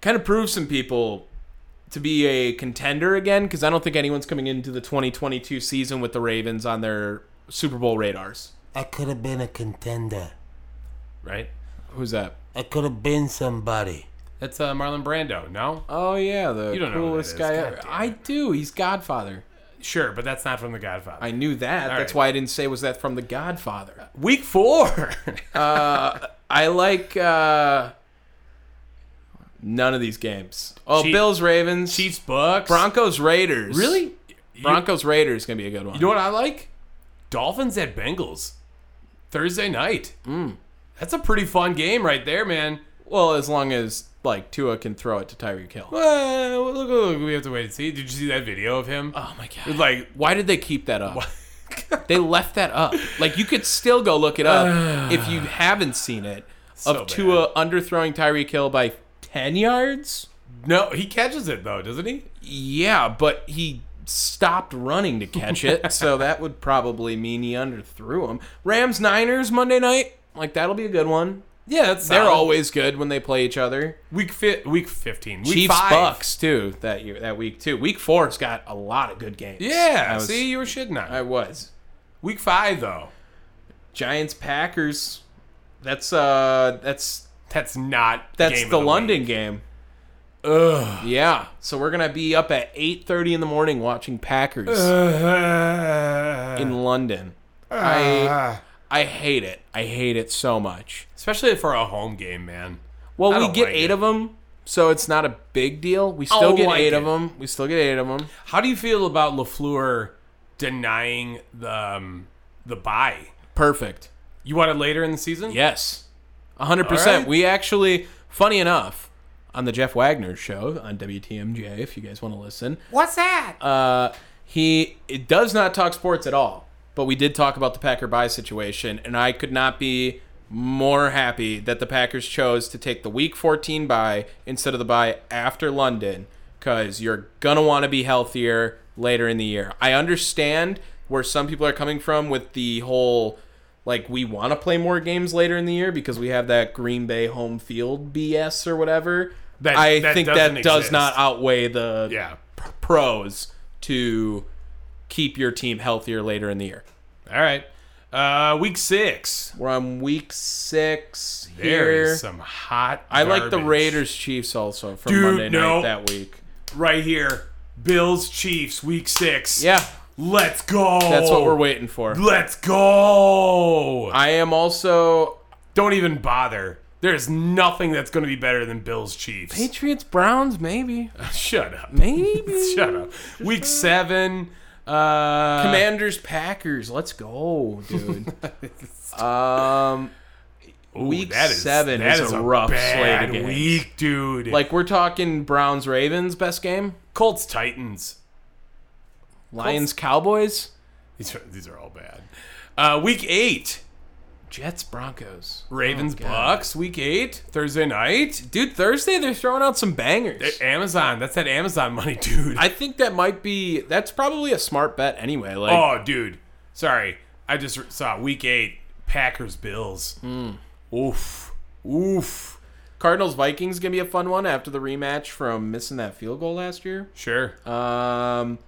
S2: kind of prove some people to be a contender again because I don't think anyone's coming into the 2022 season with the Ravens on their Super Bowl radars.
S4: I could have been a contender.
S1: right?
S2: Who's that?
S4: I could have been somebody.
S1: That's uh, Marlon Brando. No,
S2: Oh yeah, the
S1: You don't know who
S2: coolest
S1: that
S2: guy.
S1: is.
S2: ever.
S1: God damn
S2: I
S1: it.
S2: do. He's Godfather.
S1: sure, but that's not from The Godfather.
S2: I knew that. That's
S1: right.
S2: why I didn't say was that from the Godfather.
S1: Week four. (laughs)
S2: I like uh none of these games. Oh,
S1: Chief-
S2: Bills Ravens.
S1: Chiefs Bucks.
S2: Broncos Raiders.
S1: Really? You-
S2: Broncos Raiders gonna be a good one.
S1: You know what I like? Dolphins at Bengals. Thursday night.
S2: Mm.
S1: That's a pretty fun game right there, man.
S2: well, as long as like Tua can throw it to Tyreek Hill.
S1: Well, look, look, we have to wait and see. Did you see that video of him?
S2: Oh my god!
S1: It's like,
S2: why did they keep that up? (laughs) they left that up. Like you could still go look
S1: (sighs)
S2: it up if you haven't seen it.
S1: So
S2: of Tua underthrowing Tyreek Hill by ten yards.
S1: no, he catches it though, doesn't he?
S2: Yeah, but he stopped running to
S1: (laughs)
S2: catch it, so that would probably mean he underthrew him. Rams Niners Monday night, like that'll be a good one.
S1: Yeah, that's
S2: They're
S1: solid.
S2: always good when they play each other.
S1: week fi- week fifteen. Week
S2: Chiefs
S1: five.
S2: Bucks too that year that week too. Week four's got a lot of good games.
S1: Yeah,
S2: I was-
S1: see, you were shitting on.
S2: I
S1: it.
S2: was
S1: week five though.
S2: Giants Packers. That's uh that's
S1: That's not.
S2: that's
S1: game of
S2: the,
S1: week.
S2: London game.
S1: Ugh.
S2: Yeah, so we're gonna be up at eight thirty in the morning watching Packers in London.
S1: Ah.
S2: I I hate it. I hate it so much.
S1: (laughs) Especially for a home game, man. I
S2: Well, we
S1: don't
S2: get
S1: like
S2: eight
S1: it. Oh,
S2: of 'em, of them, so it's not a big deal. We still
S1: don't
S2: get
S1: like
S2: eight of
S1: it.
S2: 'em. of them. We still get eight of them.
S1: How do you feel about Lafleur denying the um, the buy?
S2: Perfect.
S1: You want it later in the season?
S2: Yes. 100%.
S1: All right.
S2: We actually, funny enough, on the Jeff Wagner show on WTMJ, if you guys want to listen,
S1: What's that?
S2: uh, he it does not talk sports at all, but we did talk about the Packer buy situation, and I could not be more happy that the Packers chose to take the Week 14 buy instead of the buy after London, because you're gonna want to be healthier later in the year. I understand where some people are coming from with the whole like we want to play more games later in the year because we have that Green Bay home field BS or whatever.
S1: That-
S2: I
S1: that
S2: think
S1: doesn't
S2: that does
S1: exist.
S2: not outweigh the
S1: Yeah.
S2: p- pros to keep your team healthier later in the year.
S1: All right. Uh, week six.
S2: We're on week six
S1: There
S2: here.
S1: is some hot.
S2: I like the
S1: garbage.
S2: Raiders Chiefs also from
S1: Dude,
S2: Monday
S1: no.
S2: night that week.
S1: right here. Bills Chiefs week six.
S2: Yeah,
S1: Let's go.
S2: that's what we're waiting for.
S1: Let's go.
S2: I am also
S1: Don't even bother. There's nothing that's going to be better than Bills Chiefs.
S2: Patriots Browns
S1: (laughs)
S2: maybe
S1: Shut up.
S2: maybe
S1: Shut up. Week seven. Uh,
S2: Commanders Packers. Let's go,
S1: (laughs)
S2: dude. um,
S1: ooh,
S2: week
S1: that is,
S2: seven
S1: that
S2: is a rough slate of
S1: bad
S2: games.
S1: week, dude.
S2: like we're talking Browns Ravens best game.
S1: Colts Titans.
S2: Lions Cowboys.
S1: These are these are all bad. Uh, week eight.
S2: Jets Broncos.
S1: Ravens
S2: Oh, God.
S1: Bucks. Week eight. Thursday night.
S2: Dude, Thursday they're throwing out some bangers.
S1: Amazon. That's that Amazon money, (laughs) dude.
S2: I think that might be that's probably a smart bet anyway. Like
S1: oh, dude. Sorry. I just re- saw week eight. Packers Bills.
S2: Hmm.
S1: Oof. Oof.
S2: Cardinals Vikings gonna be a fun one after the rematch from missing that field goal last year.
S1: Sure.
S2: Um,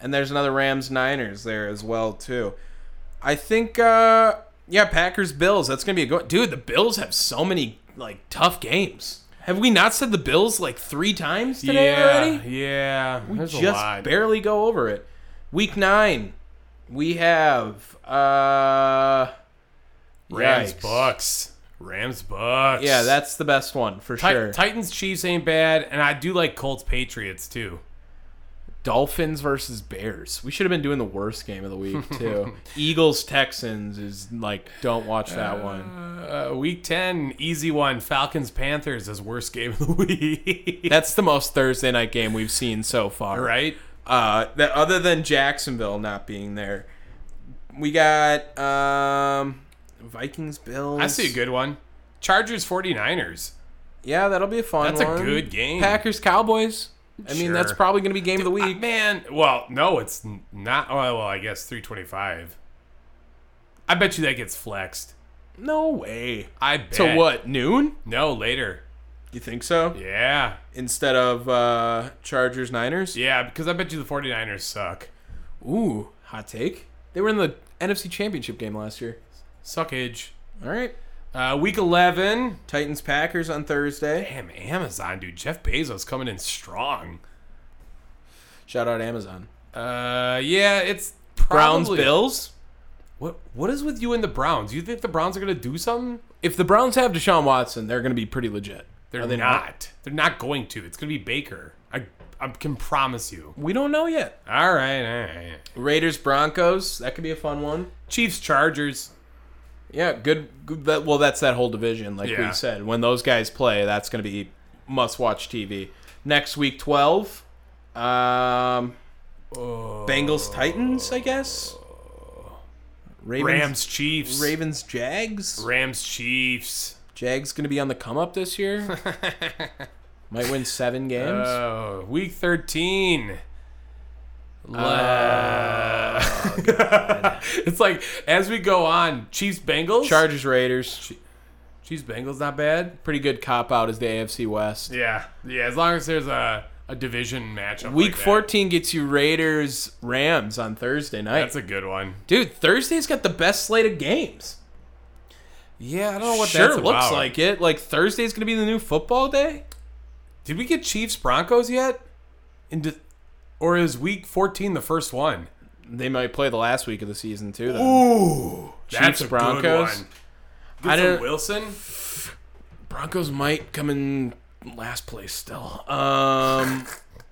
S2: and there's another Rams Niners there as well too. I think uh, yeah Packers Bills that's gonna be a good dude. The Bills have so many like tough games. Have we not said the Bills like three times today
S1: yeah.
S2: already?
S1: Yeah. We There's a
S2: Just
S1: lot.
S2: barely go over it. Week nine, we have uh,
S1: Rams
S2: yikes.
S1: Bucks. Rams Bucks.
S2: Yeah, that's the best one for
S1: Ti-
S2: sure.
S1: Titans Chiefs ain't bad, and I do like Colts Patriots too.
S2: Dolphins versus Bears. We should have been doing the worst game of
S1: (laughs)
S2: the week too. Eagles Texans is like don't watch that one.
S1: Uh, week ten, easy one. Falcons Panthers is worst game of the (laughs) week.
S2: That's the most Thursday night game we've seen so far.
S1: right?
S2: Uh, that other than Jacksonville not being there, we got um Vikings Bills.
S1: I see a good one. Chargers 49ers.
S2: Yeah, that'll be a fun.
S1: That's a
S2: one.
S1: good game.
S2: Packers Cowboys. I mean,
S1: Sure.
S2: that's probably going to be game of the
S1: Ah,
S2: week.
S1: man, well, no, it's n- not. Oh, well, I guess 325. I bet you that gets flexed.
S2: no way.
S1: I bet.
S2: So what? Noon?
S1: No, later.
S2: You think so?
S1: Yeah.
S2: Instead of uh Chargers Niners?
S1: Yeah, because I bet you the 49ers suck.
S2: Ooh, hot take. They were in the NFC Championship game last year.
S1: Suckage.
S2: All right.
S1: Uh, week 11.
S2: Titans Packers on Thursday.
S1: Damn, Amazon, dude. Jeff Bezos coming in strong.
S2: Shout out Amazon.
S1: Uh, yeah, it's probably.
S2: Browns Bills.
S1: What, what is with you and the Browns? You think the Browns are going to do something?
S2: If the Browns have Deshaun Watson, they're going to be pretty legit.
S1: They're
S2: Are they
S1: not. They're not going to. It's going to be Baker. I, I can promise you.
S2: We don't know yet.
S1: All right, all right.
S2: Raiders Broncos. That could be a fun one.
S1: Chiefs Chargers.
S2: Yeah, good. good that, well, that's that whole division, like
S1: Yeah.
S2: we said. When those guys play, that's going to be must-watch TV. Next week, twelve. Um,
S1: Oh.
S2: Bengals Titans, I guess. Ravens,
S1: Rams Chiefs.
S2: Ravens Jags.
S1: Rams Chiefs.
S2: Jags gonna be on the come up
S1: (laughs)
S2: this year. Might win seven games.
S1: Oh, week 13. Oh, (laughs) it's like as we go on, Chiefs Bengals.
S2: Chargers Raiders.
S1: Chiefs Bengals not bad.
S2: Pretty good cop out is the AFC West.
S1: Yeah, yeah. As long as there's a, a division matchup.
S2: Week
S1: like that.
S2: 14 gets you Raiders Rams on Thursday night.
S1: That's a good one.
S2: Dude, Thursday's got the best slate of games.
S1: Yeah, I don't know what
S2: sure
S1: that's
S2: looks
S1: about.
S2: like it. Like Thursday's gonna be the new football day.
S1: Did we get Chiefs Broncos yet? In de- or is week 14 the first one?
S2: They might play the last week of the season too. Then.
S1: Ooh, that's
S2: Chiefs,
S1: a
S2: Broncos.
S1: Good one.
S2: I
S1: Get some
S2: don't-
S1: Wilson.
S2: Broncos might come in last place still. Um,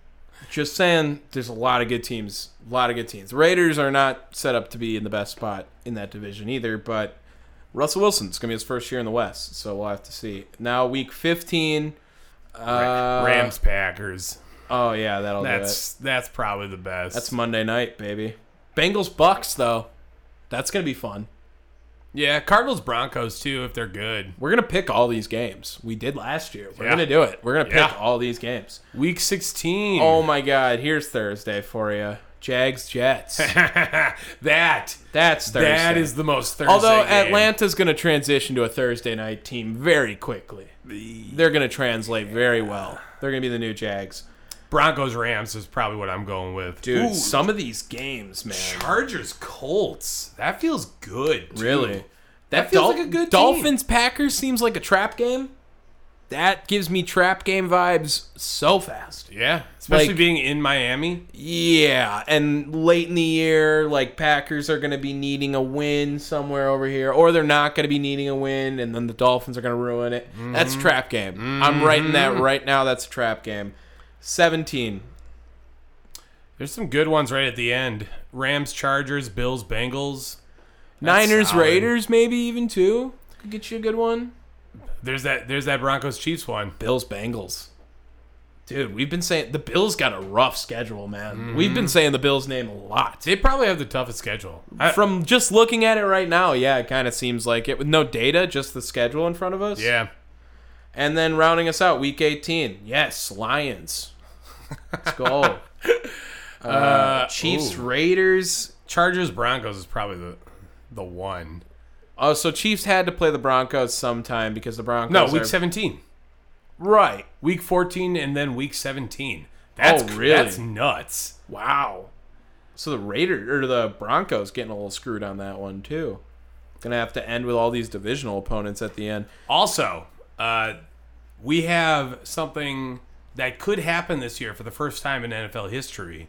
S2: (laughs) just saying, there's a lot of good teams. A lot of good teams. Raiders are not set up to be in the best spot in that division either, but Russell Wilson's going to be his first year in the West, so we'll have to see. Now, week 15. Uh,
S1: Rams Packers.
S2: Oh, yeah, that'll do
S1: That's that's probably the best.
S2: it. That's Monday night, baby. Bengals Bucks, though. That's going to be fun.
S1: yeah, Cardinals Broncos too if they're good.
S2: We're going to pick all these games. We did last year. We're
S1: Yeah.
S2: going to do it. We're going to pick
S1: Yeah.
S2: all these games.
S1: Week 16.
S2: Oh my God! Here's Thursday for you.
S1: (laughs)
S2: Jags
S1: (laughs)
S2: Jets.
S1: that
S2: That's Thursday.
S1: that is the most Thursday.
S2: Although
S1: game.
S2: Atlanta's going to transition to a Thursday night team very quickly. They're going to translate very well. They're going to be the new Jags.
S1: Broncos Rams is probably what I'm going with.
S2: Dude,
S1: Ooh,
S2: some of these games, man.
S1: Chargers Colts. That feels good. too.
S2: Really?
S1: That feels like a good team.
S2: Dolphins Packers seems like a trap game. That gives me trap game vibes so fast.
S1: Yeah, especially
S2: Like-
S1: being in Miami.
S2: Yeah, and late in the year, like Packers are going to be needing a win somewhere over here, or they're not going to be needing a win, and then the Dolphins are going to ruin it. That's
S1: Mm-hmm.
S2: a trap game. I'm writing that right now. That's a trap game. 17.
S1: There's some good ones right at the end. Rams Chargers Bills Bengals.
S2: Niners,
S1: solid.
S2: Raiders, maybe even too. Could get you a good one.
S1: There's that. There's that Broncos Chiefs one.
S2: Bills, Bengals. Dude, we've been saying the Bills got a rough schedule, man. We've
S1: Mm-hmm.
S2: been saying the Bills name a lot.
S1: They probably have the toughest schedule. I-
S2: From just looking at it right now, yeah, it kind of seems like it with no data, just the schedule in front of us.
S1: yeah,
S2: And then rounding us out, week 18. Yes, Lions. Let's (laughs) go. uh, Chiefs,
S1: ooh.
S2: Raiders.
S1: Chargers Broncos is probably the the one.
S2: Oh, so Chiefs had to play the Broncos sometime because the Broncos.
S1: No, week
S2: are-
S1: 17,
S2: Right.
S1: week 14, and then week 17. That's
S2: Oh,
S1: cr-
S2: really?
S1: That's nuts.
S2: Wow. So the Raiders or the Broncos getting a little screwed on that one too. Gonna have to end with all these divisional opponents at the end.
S1: Also, uh, we have something that could happen this year for the first time in NFL history.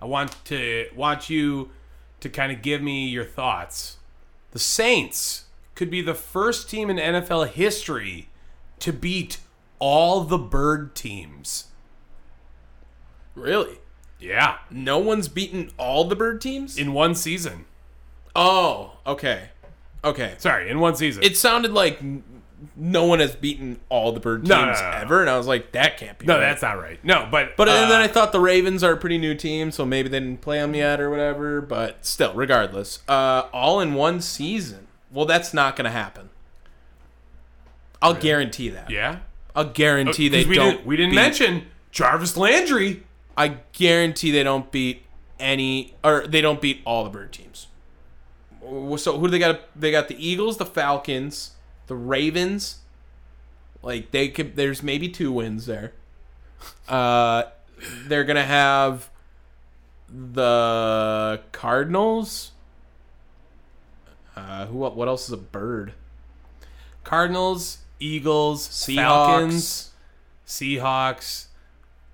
S1: I want to want you to kind of give me your thoughts. The Saints could be the first team in NFL history to beat all the bird teams.
S2: Really?
S1: Yeah,
S2: No one's beaten all the bird teams?
S1: in one season.
S2: oh, okay. Okay.
S1: Sorry, in one season.
S2: It sounded like n- no one has beaten all the bird teams
S1: No, no, no, no.
S2: ever, and I was like, that can't be.
S1: no,
S2: right.
S1: that's not right. No, but
S2: But and then
S1: uh,
S2: I thought the Ravens are a pretty new team, so maybe they didn't play them yet or whatever. But still, regardless, uh, all in one season. Well, that's not going to happen. I'll guarantee that.
S1: yeah, Oh,
S2: I'll guarantee they
S1: Uh, 'Cause we
S2: don't.
S1: Didn't, we didn't
S2: beat-
S1: mention Jarvis Landry.
S2: I guarantee they don't beat any, or they don't beat all the bird teams. Well, So who do they got? They got the Eagles, the Falcons, the Ravens. Like they could, there's maybe two wins there. Uh, they're gonna have the Cardinals. Uh, who? What else is a bird?
S1: Cardinals, Eagles,
S2: Seahawks.
S1: Falcons, Seahawks,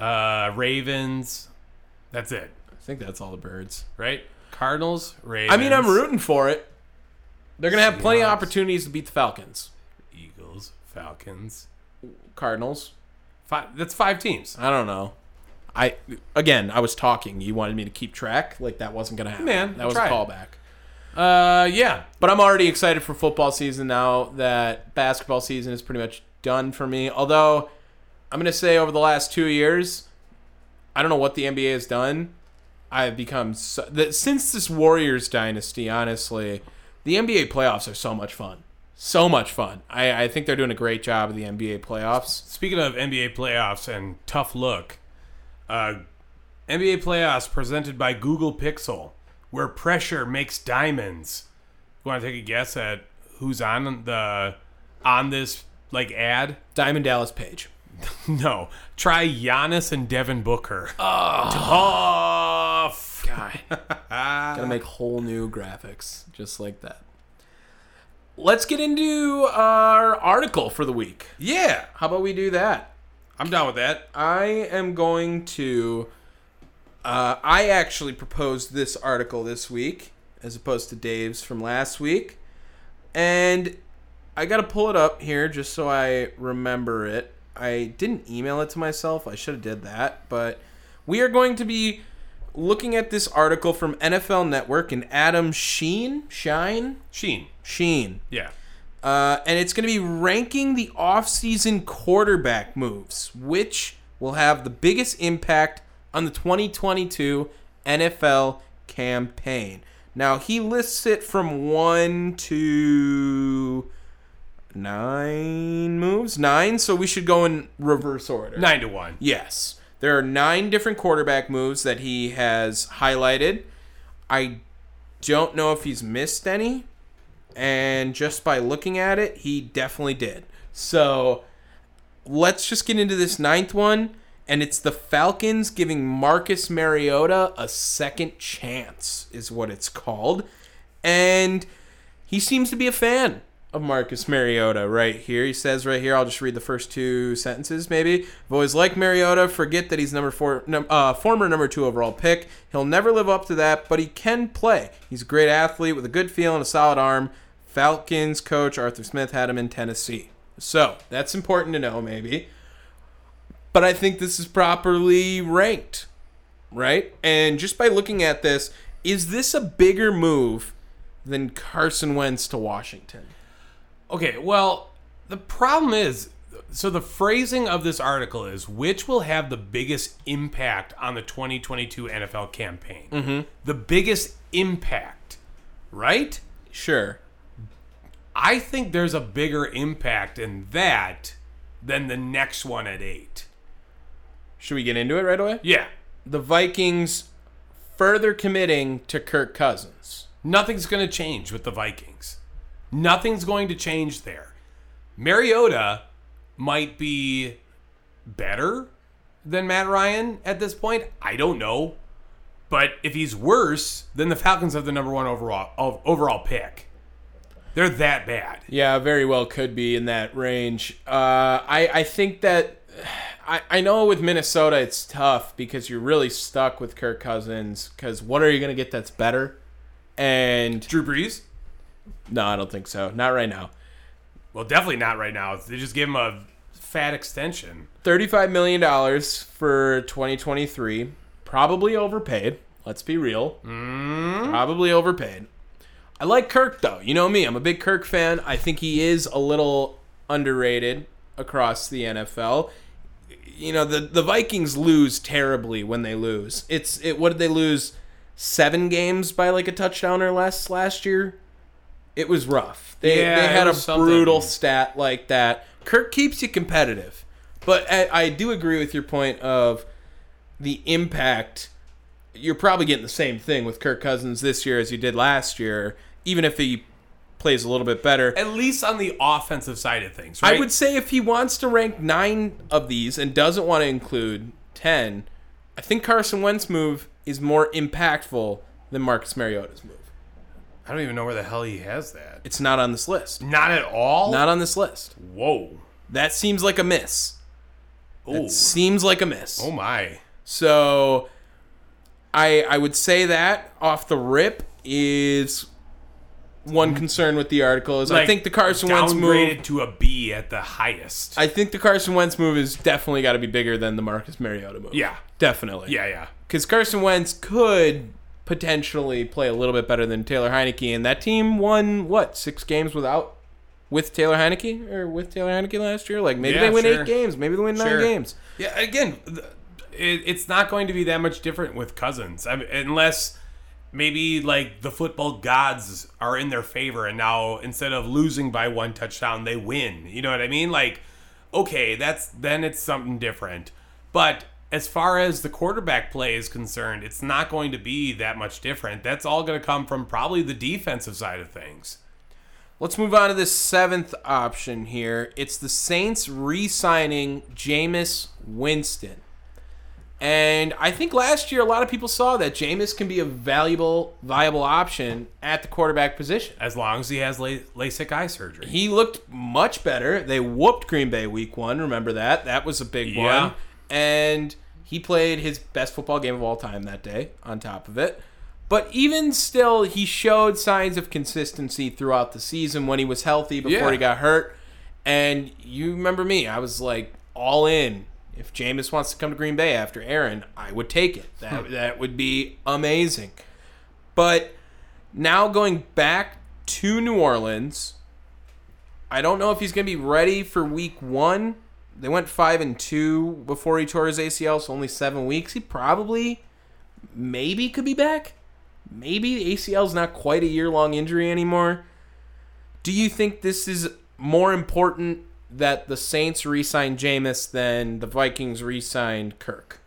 S1: uh, Ravens. That's it,
S2: I think that's all the birds.
S1: right? Cardinals, Ravens.
S2: I mean, I'm rooting for it. They're gonna have plenty of
S1: Seahawks.
S2: opportunities to beat the Falcons,
S1: Eagles, Falcons.
S2: Cardinals.
S1: Five, that's five teams.
S2: I don't know. I again, I was talking. You wanted me to keep track, like that wasn't gonna happen.
S1: Man,
S2: that was
S1: try
S2: a
S1: it.
S2: callback.
S1: Uh, yeah.
S2: But I'm already excited for football season now that basketball season is pretty much done for me. Although I'm gonna say over the last two years, I don't know what the NBA has done. I've become so, that since this Warriors dynasty. Honestly, the NBA playoffs are so much fun. So much fun. I, I think they're doing a great job of the NBA playoffs.
S1: Speaking of NBA playoffs and tough look, uh, NBA playoffs presented by Google Pixel, where pressure makes diamonds. You want to take a guess at who's on the on this like ad? (laughs)
S2: Diamond Dallas Page.
S1: No, try Giannis and Devin Booker. Tough.
S2: God. Gotta make whole new graphics just like that. Let's get into our article for the week.
S1: Yeah,
S2: How about we do that?
S1: I'm down with that.
S2: I am going to. Uh, I actually proposed this article this week as opposed to Dave's from last week. And I got to pull it up here just so I remember it. I didn't email it to myself. I should have did that, but we are going to be looking at this article from NFL Network and Adam Sheen, Shine,
S1: Sheen.
S2: Sheen.
S1: Yeah.
S2: Uh, and it's going to be ranking the offseason quarterback moves, which will have the biggest impact on the 2022 NFL campaign. Now, he lists it from one to nine moves. Nine, so we should go in reverse order.
S1: Nine to one.
S2: Yes. There are nine different quarterback moves that he has highlighted. I don't know if he's missed any, and just by looking at it, he definitely did. So let's just get into this ninth one, and it's the Falcons giving Marcus Mariota a second chance, is what it's called. And he seems to be a fan of Marcus Mariota right here. He says right here, I'll just read the first two sentences maybe. Boys like Mariota forget that he's number four, num- uh, former number two overall pick. He'll never live up to that, but he can play. He's a great athlete with a good feel and a solid arm. Falcons coach Arthur Smith had him in Tennessee. So that's important to know maybe. But I think this is properly ranked, right? And just by looking at this, is this a bigger move than Carson Wentz to Washington?
S1: Okay, well, the problem is so the phrasing of this article is which will have the biggest impact on the 2022 NFL campaign? Mm-hmm. The biggest impact, right?
S2: Sure.
S1: I think there's a bigger impact in that than the next one at eight.
S2: Should we get into it right away?
S1: Yeah.
S2: The Vikings further committing to Kirk Cousins.
S1: Nothing's going to change with the Vikings. Nothing's going to change there. Mariota might be better than Matt Ryan at this point. I don't know. But if he's worse, then the Falcons have the number one overall of- overall pick. They're that bad.
S2: Yeah, very well could be in that range. Uh, I I think that I I know with Minnesota it's tough because you're really stuck with Kirk Cousins because what are you gonna get that's better? And
S1: Drew Brees?
S2: no, I don't think so. Not right now.
S1: Well, definitely not right now. They just gave him a fat extension.
S2: $35 million for 2023. Probably overpaid. Let's be real.
S1: Mm-hmm.
S2: Probably overpaid. I like Kirk, though. You know me. I'm a big Kirk fan. I think he is a little underrated across the NFL. You know, the, the Vikings lose terribly when they lose. It's it, What did they lose? Seven games by like a touchdown or less last year? It was rough. They,
S1: Yeah,
S2: they
S1: it
S2: had a
S1: was something.
S2: brutal stat like that. Kirk keeps you competitive, but I, I do agree with your point of the impact. You're probably getting the same thing with Kirk Cousins this year as you did last year, even if he plays a little bit better.
S1: At least on the offensive side of things, right?
S2: I would say if he wants to rank nine of these and doesn't want to include ten, I think Carson Wentz move is more impactful than Marcus Mariota's move.
S1: I don't even know where the hell he has that.
S2: It's not on this list.
S1: Not at all.
S2: Not on this list.
S1: Whoa.
S2: That seems like a miss.
S1: Oh.
S2: Seems like a miss.
S1: Oh my.
S2: So I I would say that off the rip is one concern with the article is I
S1: Mm-hmm. Like,
S2: think the Carson Wentz move
S1: Downgraded to a B at the highest.
S2: I think the Carson Wentz move is definitely got to be bigger than the Marcus Mariota move.
S1: Yeah.
S2: Definitely.
S1: yeah, yeah.
S2: Cuz Carson Wentz could potentially play a little bit better than Taylor Heineke and that team won what? 6 games without with Taylor Heineke or with Taylor Heineke last year? Like maybe
S1: Yeah,
S2: they win
S1: sure.
S2: 8 games, maybe they win 9
S1: Sure.
S2: games.
S1: Yeah, again, th- it, it's not going to be that much different with Cousins, I mean, unless maybe like the football gods are in their favor, and now instead of losing by one touchdown, they win. You know what I mean? Like, okay, that's then it's something different. But as far as the quarterback play is concerned, it's not going to be that much different. That's all going to come from probably the defensive side of things.
S2: Let's move on to the seventh option here. It's the Saints re signing Jameis Winston. And I think last year a lot of people saw that Jameis can be a valuable, viable option at the quarterback position.
S1: As long as he has la- LASIK eye surgery.
S2: He looked much better. They whooped Green Bay week one. Remember that? That was a big
S1: Yeah.
S2: one. And he played his best football game of all time that day, on top of it. But even still, he showed signs of consistency throughout the season when he was healthy before
S1: Yeah.
S2: he got hurt. And you remember me, I was like all in. If Jameis wants to come to Green Bay after Aaron, I would take it. That,
S1: Hmm.
S2: that would be amazing. But now going back to New Orleans, I don't know if he's going to be ready for week one. They went five and two before he tore his ACL, so only seven weeks. He probably, maybe, could be back. Maybe the ACL's not quite a year long injury anymore. Do you think this is more important that the Saints re sign Jameis than the Vikings re signed Kirk?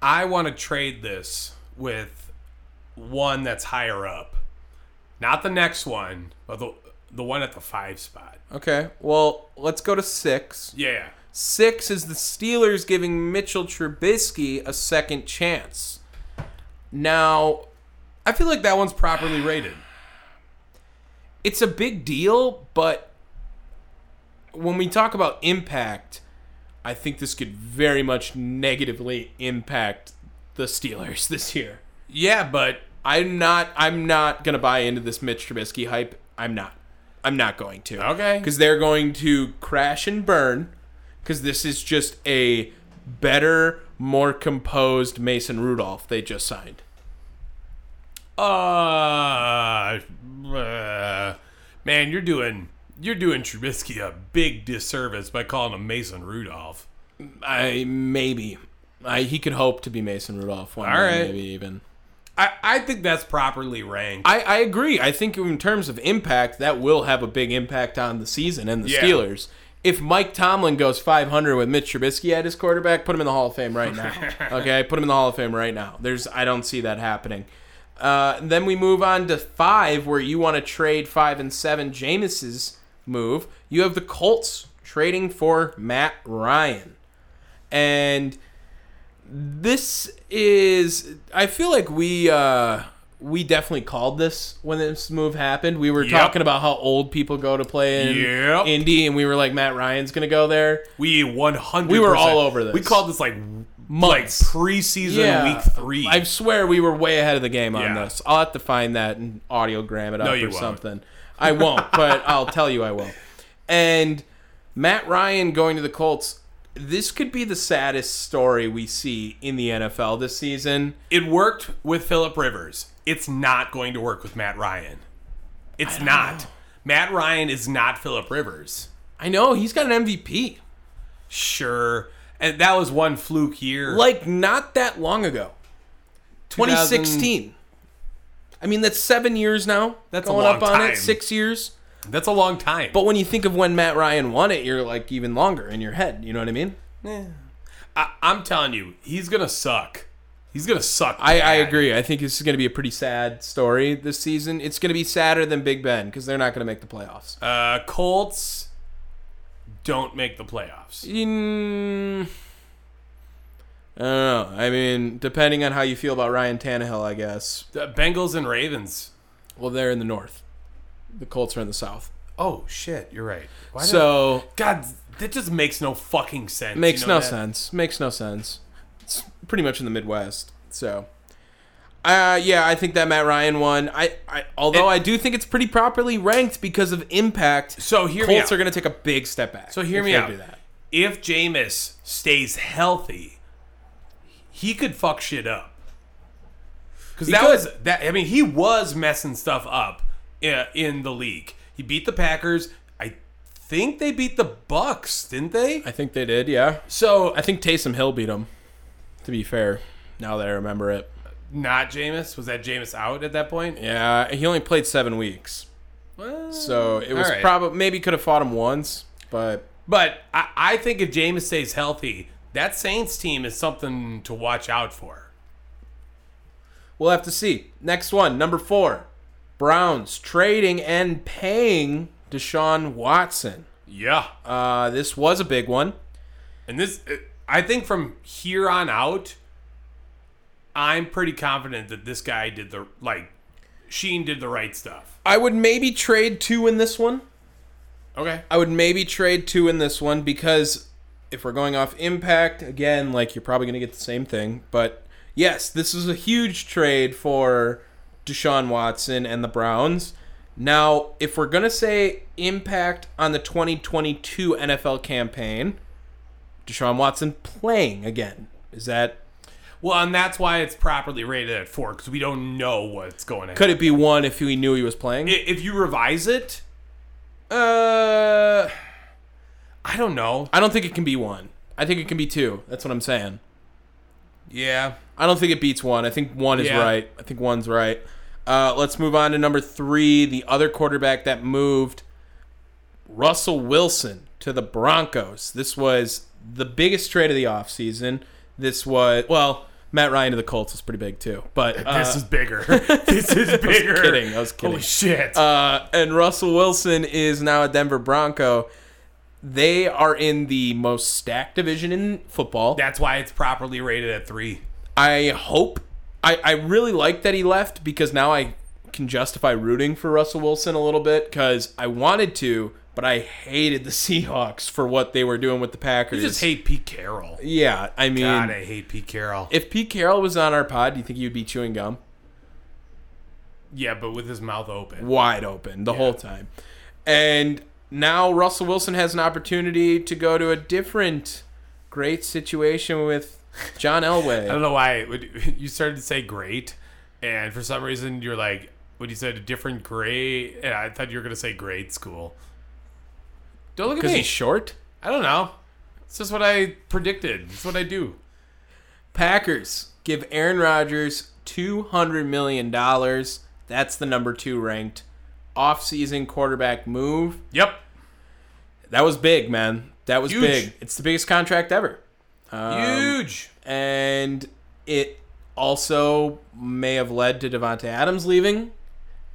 S1: I want to trade this with one that's higher up, not the next one, but the the one at the five spot.
S2: Okay. Well, let's go to six.
S1: Yeah.
S2: Six is the Steelers giving Mitchell Trubisky a second chance. Now,
S1: I feel like that one's properly rated.
S2: it's a big deal, but when we talk about impact, I think this could very much negatively impact the Steelers (laughs) this year.
S1: Yeah, but
S2: I'm not I'm not gonna buy into this Mitch Trubisky hype. I'm not. I'm not going to.
S1: Okay.
S2: Because they're going to crash and burn. Because this is just a better, more composed Mason Rudolph they just signed.
S1: uh, uh, man, you're doing you're doing Trubisky a big disservice by calling him Mason Rudolph.
S2: I maybe I, he could hope to be Mason Rudolph one
S1: All
S2: day,
S1: right.
S2: maybe even.
S1: I, I think that's properly ranked.
S2: I, I agree. I think in terms of impact, that will have a big impact on the season and the
S1: Yeah.
S2: Steelers. If Mike Tomlin goes 500 with Mitch Trubisky at his quarterback, put him in the Hall of Fame right now. okay, put him in the Hall of Fame right now. There's, I don't see that happening. Uh, then we move on to five, where you want to trade five and seven. Jameis's move. You have the Colts trading for Matt Ryan, and this is i feel like we uh we definitely called this when this move happened we were
S1: Yep.
S2: talking about how old people go to play in
S1: Yep.
S2: indy and we were like matt ryan's gonna go there
S1: we 100.
S2: We were all over this.
S1: We called this like
S2: Months.
S1: like preseason week three.
S2: i swear we were way ahead of the game on
S1: Yeah.
S2: this i'll have to find that and audiogram it up
S1: No,
S2: or
S1: you won't.
S2: something i
S1: (laughs)
S2: won't but i'll tell you i will and matt ryan going to the colts this could be the saddest story we see in the nfl this season
S1: It worked with Philip Rivers. It's not going to work with Matt Ryan. It's not. Matt Ryan is not Philip Rivers.
S2: i know he's got an mvp
S1: Sure. And that was one fluke year.
S2: like not that long ago 2016 i mean that's seven years now
S1: That's a
S2: going
S1: long
S2: up on
S1: time.
S2: it six years
S1: That's a long time.
S2: but when you think of when matt ryan won it you're like even longer in your head you know what i mean
S1: I, I'm telling you, he's going to suck. He's going to suck.
S2: I, I
S1: bad.
S2: agree i think this is going to be a pretty sad story this season it's going to be sadder than big ben because they're not going to make the playoffs
S1: Uh, Colts don't make the playoffs.
S2: Mm, I don't know. I mean, depending on how you feel about Ryan Tannehill, I guess.
S1: The Bengals and Ravens.
S2: Well, they're in the north. The Colts are in the south.
S1: Oh, shit. You're right. Why did-
S2: So
S1: God, that just makes no fucking sense.
S2: Makes
S1: you know
S2: no
S1: that?
S2: sense. Makes no sense. It's pretty much in the Midwest. So, uh, yeah, I think that Matt Ryan one. I, I although I do think it's pretty properly ranked because of impact.
S1: So hear me
S2: Colts
S1: out.
S2: are going to take a big step back.
S1: So hear
S2: if
S1: me
S2: they
S1: out.
S2: do that.
S1: If Jameis stays healthy, he could fuck shit up. Because
S2: He
S1: that
S2: could.
S1: was that. I mean, he was messing stuff up in, in the league. He beat the Packers. I think they beat the Bucks, didn't they?
S2: I think they did. Yeah.
S1: So
S2: I think Taysom Hill beat him. To be fair, now that I remember it.
S1: not Jameis. Was that Jameis out at that point?
S2: Yeah, he only played seven weeks, so it was
S1: All right.
S2: probably maybe could have fought him once, but
S1: But I, I think if Jameis stays healthy, that Saints team is something to watch out for.
S2: We'll have to see. Next one, number four. Browns trading and paying Deshaun Watson.
S1: Yeah.
S2: Uh, this was a big one.
S1: And this, I think from here on out, I'm pretty confident that this guy did the, like, Sheen did the right stuff.
S2: I would maybe trade two in this one.
S1: Okay.
S2: I would maybe trade two in this one because if we're going off impact, again, like you're probably going to get the same thing. But yes, this is a huge trade for Deshaun Watson and the Browns. Now, if we're going to say impact on the 2022 NFL campaign, Deshaun Watson playing again. Is that
S1: Well, and that's why it's properly rated at four, because we don't know what's going on.
S2: could it be one if we knew he was playing?
S1: If you revise it,
S2: uh
S1: I don't know.
S2: I don't think it can be one. I think it can be two. That's what I'm saying.
S1: Yeah.
S2: I don't think it beats one. I think one is
S1: Yeah.
S2: right. I think one's right. Uh, let's move on to number three. The other quarterback that moved, Russell Wilson to the Broncos. This was the biggest trade of the offseason. This was, well, Matt Ryan to the Colts is pretty big too. But uh,
S1: this is bigger. (laughs) this is bigger.
S2: kidding, (laughs) I was kidding.
S1: Holy shit.
S2: uh, and Russell Wilson is now a Denver Bronco. They are in the most stacked division in football.
S1: That's why it's properly rated at three.
S2: I hope. I, I really like that he left because now I can justify rooting for Russell Wilson a little bit because I wanted to, but I hated the (laughs) Seahawks for what they were doing with the Packers.
S1: You just hate Pete Carroll.
S2: yeah, I mean,
S1: God, I hate Pete Carroll.
S2: if Pete Carroll was on our pod, do you think he would be chewing gum?
S1: yeah, but with his mouth open.
S2: wide open the whole time. And now Russell Wilson has an opportunity to go to a different great situation with John
S1: (laughs) I
S2: Elway.
S1: don't know why it would, (laughs) you started to say great, and for some reason you're like, when you said a different grade, and I thought you were going to say grade school. Don't look at
S2: Because
S1: me.
S2: he's short.
S1: I don't know. It's just what I predicted. It's what I do.
S2: Packers give Aaron Rodgers $200 million. That's the number two ranked offseason quarterback move.
S1: Yep.
S2: That was big, man. That was
S1: Huge.
S2: big. It's the biggest contract ever.
S1: Huge.
S2: and it also may have led to Devonte Adams leaving,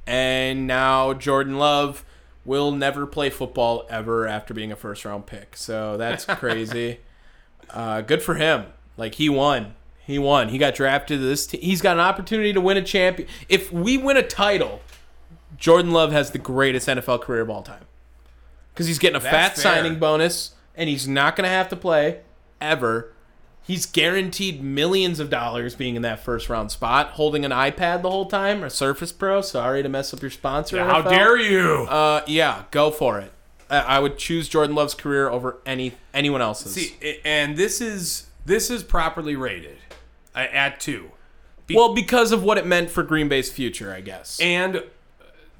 S2: and now Jordan Love will never play football ever after being a first round pick. So that's crazy. uh, good for him. Like he won. He won. He got drafted to this team. He's got an opportunity to win a champion. If we win a title, Jordan Love has the greatest NFL career of all time. Because he's getting a fat
S1: fair.
S2: signing bonus and he's not going to have to play ever. He's guaranteed millions of dollars being in that first round spot, holding an iPad the whole time, a Surface Pro. Sorry to mess up your sponsor.
S1: How
S2: NFL.
S1: dare you?
S2: Uh, yeah, go for it. I, I would choose Jordan Love's career over any anyone else's.
S1: See, a- and this is this is properly rated uh, at two,
S2: well, because of what it meant for Green Bay's future, I guess.
S1: and uh,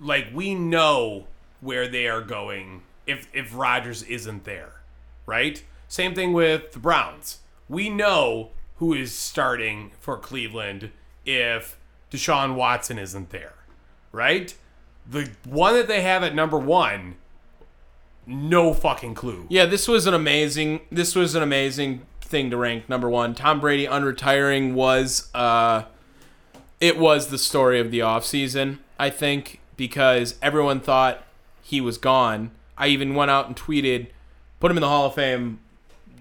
S1: like we know where they are going if if Rodgers isn't there, right? Same thing with the Browns. We know who is starting for Cleveland if Deshaun Watson isn't there, right? The one that they have at number one, no fucking clue.
S2: Yeah, this was an amazing. This was an amazing thing to rank number one. Tom Brady unretiring was. Uh, it was the story of the offseason, I think, because everyone thought he was gone. I even went out and tweeted, put him in the Hall of Fame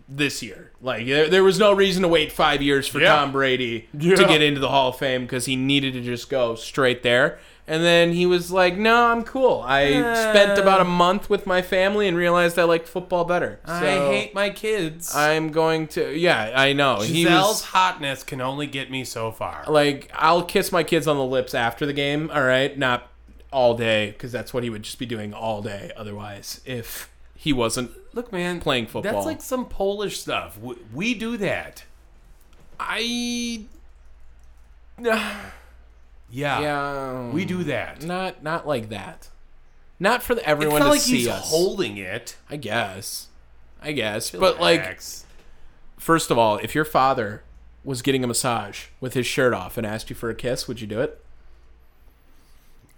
S2: this year. Like there, there was no reason to wait five years for
S1: Yeah.
S2: Tom Brady to
S1: Yeah.
S2: get into the Hall of Fame because he needed to just go straight there. And then he was like, "No, I'm cool. I spent about a month with my family and realized I liked football better. So
S1: I hate my kids.
S2: I'm going to. Yeah, I know. he
S1: Giselle's
S2: was
S1: hotness can only get me so far.
S2: like, I'll kiss my kids on the lips after the game. All right, not all day because that's what he would just be doing all day otherwise if he wasn't
S1: Look, man,
S2: playing football.
S1: That's like some Polish stuff. We, we do that.
S2: I.
S1: Yeah.
S2: Yeah,
S1: We do that.
S2: not not like that. Not for the, everyone
S1: it's not
S2: to
S1: like
S2: see
S1: he's
S2: us.
S1: holding it.
S2: I guess. I guess. But like
S1: Relax.
S2: first of all, if your father was getting a massage with his shirt off and asked you for a kiss, would you do it?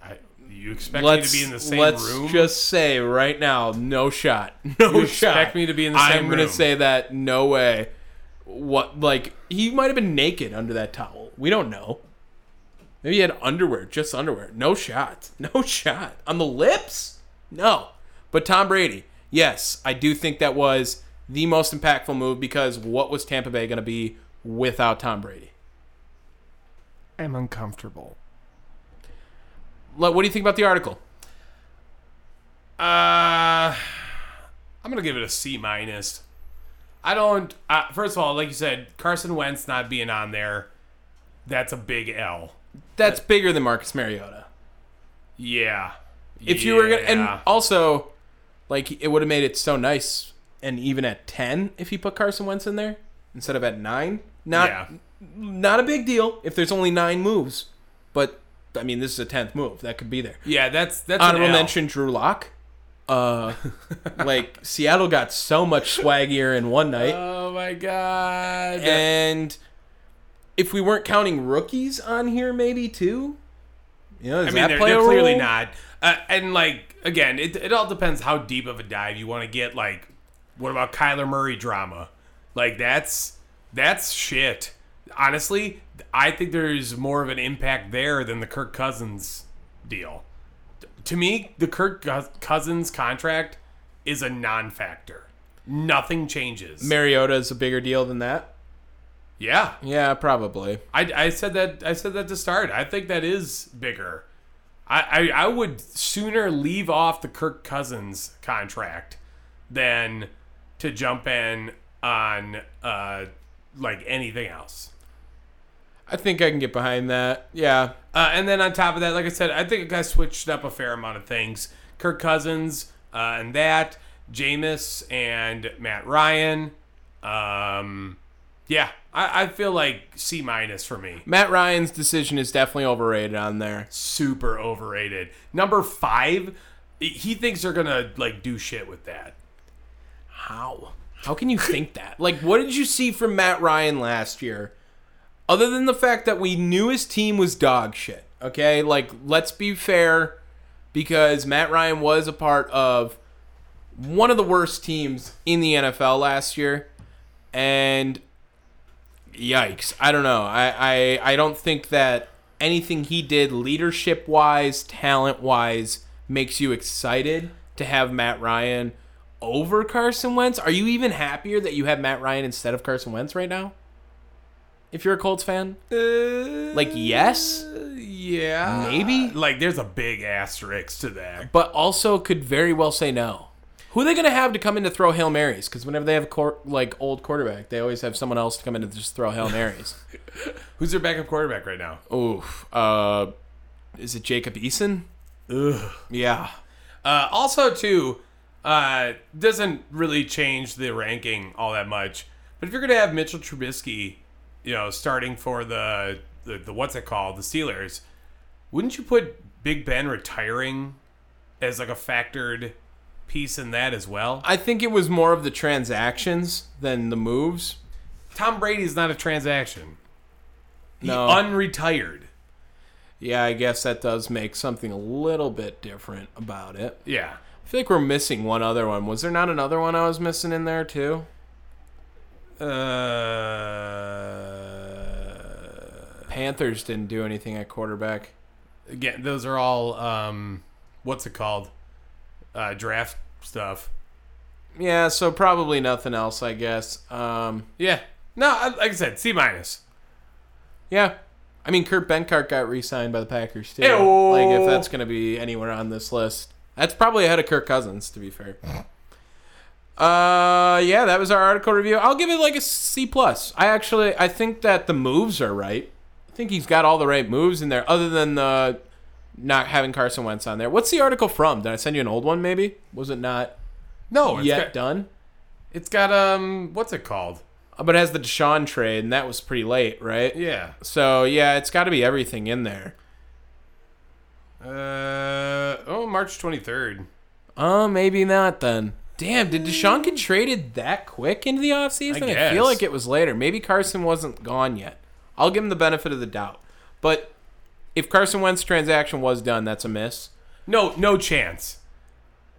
S1: I, you expect me
S2: Let's
S1: to be in the same
S2: let's
S1: room?
S2: just say right now, no shot. (laughs) No
S1: You
S2: shot.
S1: expect me to be in the
S2: I'm
S1: same
S2: gonna
S1: room.
S2: say that no way. What like he might have been naked under that towel. We don't know. Maybe he had underwear, just underwear. No shot. (laughs) No shot. On the lips? No. But Tom Brady, yes, I do think that was the most impactful move because what was Tampa Bay going to be without Tom Brady?
S1: I'm uncomfortable.
S2: Lo- What do you think about the article?
S1: Uh, I'm gonna give it a C minus. I don't. Uh, first of all, like you said, Carson Wentz not being on there, that's a big L.
S2: That's
S1: Uh,
S2: bigger than Marcus Mariota.
S1: Yeah.
S2: If you were gonna,
S1: Yeah.
S2: and also, like it would have made it so nice, and even at ten, if he put Carson Wentz in there instead of at nine, not
S1: yeah.
S2: not a big deal if there's only nine moves, but I mean this is a tenth move that could be there.
S1: Yeah, that's that's
S2: Honorable
S1: an L.
S2: mention: Drew Lock. Uh, (laughs) like Seattle got so much swaggier in one night,
S1: Oh my god.
S2: and if we weren't counting rookies on here, maybe too. You know, does
S1: I mean,
S2: that
S1: they're,
S2: play
S1: they're
S2: a
S1: clearly
S2: role?
S1: not. Uh, and like again, it it all depends how deep of a dive you want to get. Like, what about Kyler Murray drama? Like that's that's shit. honestly, I think there's more of an impact there than the Kirk Cousins deal. To me, the Kirk Cous- Cousins contract is a non-factor. Nothing changes.
S2: Mariota is a bigger deal than that.
S1: yeah,
S2: Yeah, probably.
S1: I, I said that I said that to start. I think that is bigger. I, I I would sooner leave off the Kirk Cousins contract than to jump in on uh like anything else.
S2: I think I can get behind that. Yeah.
S1: Uh, and then on top of that, like I said, I think I switched up a fair amount of things. Kirk Cousins uh, and that, Jameis and Matt Ryan. Um, yeah, I, I feel like C minus for me.
S2: Matt Ryan's decision is definitely overrated on there.
S1: super overrated. Number five, he thinks they're gonna like do shit with that.
S2: How? How can you think that? (laughs) Like, what did you see from Matt Ryan last year? Other than the fact that we knew his team was dog shit, okay? Like, let's be fair, because Matt Ryan was a part of one of the worst teams in the NFL last year. And yikes. I don't know. I, I, I don't think that anything he did leadership wise, talent wise, makes you excited to have Matt Ryan over Carson Wentz? Are you even happier that you have Matt Ryan instead of Carson Wentz right now? If you're a Colts fan? like, yes?
S1: Uh, Yeah,
S2: Uh, Maybe?
S1: Uh, Like, there's a big asterisk to that.
S2: But also could very well say no. Who are they going to have to come in to throw Hail Marys? Because whenever they have a cor- like old quarterback, they always have someone else to come in to just throw
S1: (laughs)
S2: Hail Marys.
S1: Who's their backup quarterback right now?
S2: Oof. Uh, is it Jacob Eason? Yeah.
S1: Uh, also, too, uh, doesn't really change the ranking all that much. But if you're gonna have Mitchell Trubisky, you know, starting for the the, the what's it called, the Steelers, wouldn't you put Big Ben retiring as like a factored piece in that as well?
S2: I think it was more of the transactions than the moves.
S1: Tom Brady's not a transaction. He
S2: No.
S1: unretired.
S2: yeah, I guess that does make something a little bit different about it.
S1: Yeah.
S2: I feel like we're missing one other one. Was there not another one I was missing in there too?
S1: Uh,
S2: Panthers didn't do anything at quarterback.
S1: again, those are all um, what's it called? Uh, draft stuff.
S2: Yeah, so probably nothing else, I guess. Um,
S1: Yeah. No, I- like I said, C minus.
S2: yeah. I mean, Kurt Benkart got re-signed by the Packers too.
S1: Ew.
S2: Like, if that's going to be anywhere on this list, that's probably ahead of Kirk Cousins, to be fair. Uh, yeah, that was our article review. I'll give it like a C plus. I actually, I think that the moves are right. I think he's got all the right moves in there, other than the not having Carson Wentz on there. What's the article from? Did I send you an old one? Maybe was it not
S1: No, it's
S2: yet
S1: got,
S2: done?
S1: It's got um, what's it called?
S2: Uh, But it has the Deshaun trade, and that was pretty late, right?
S1: Yeah.
S2: So yeah, it's got to be everything in there.
S1: Uh, oh, March twenty third.
S2: Oh, maybe not then. Damn, did Deshaun get traded that quick into the offseason?
S1: I
S2: I,
S1: guess.
S2: feel like it was later. Maybe Carson wasn't gone yet. I'll give him the benefit of the doubt. But if Carson Wentz transaction was done, that's a miss.
S1: No, no chance.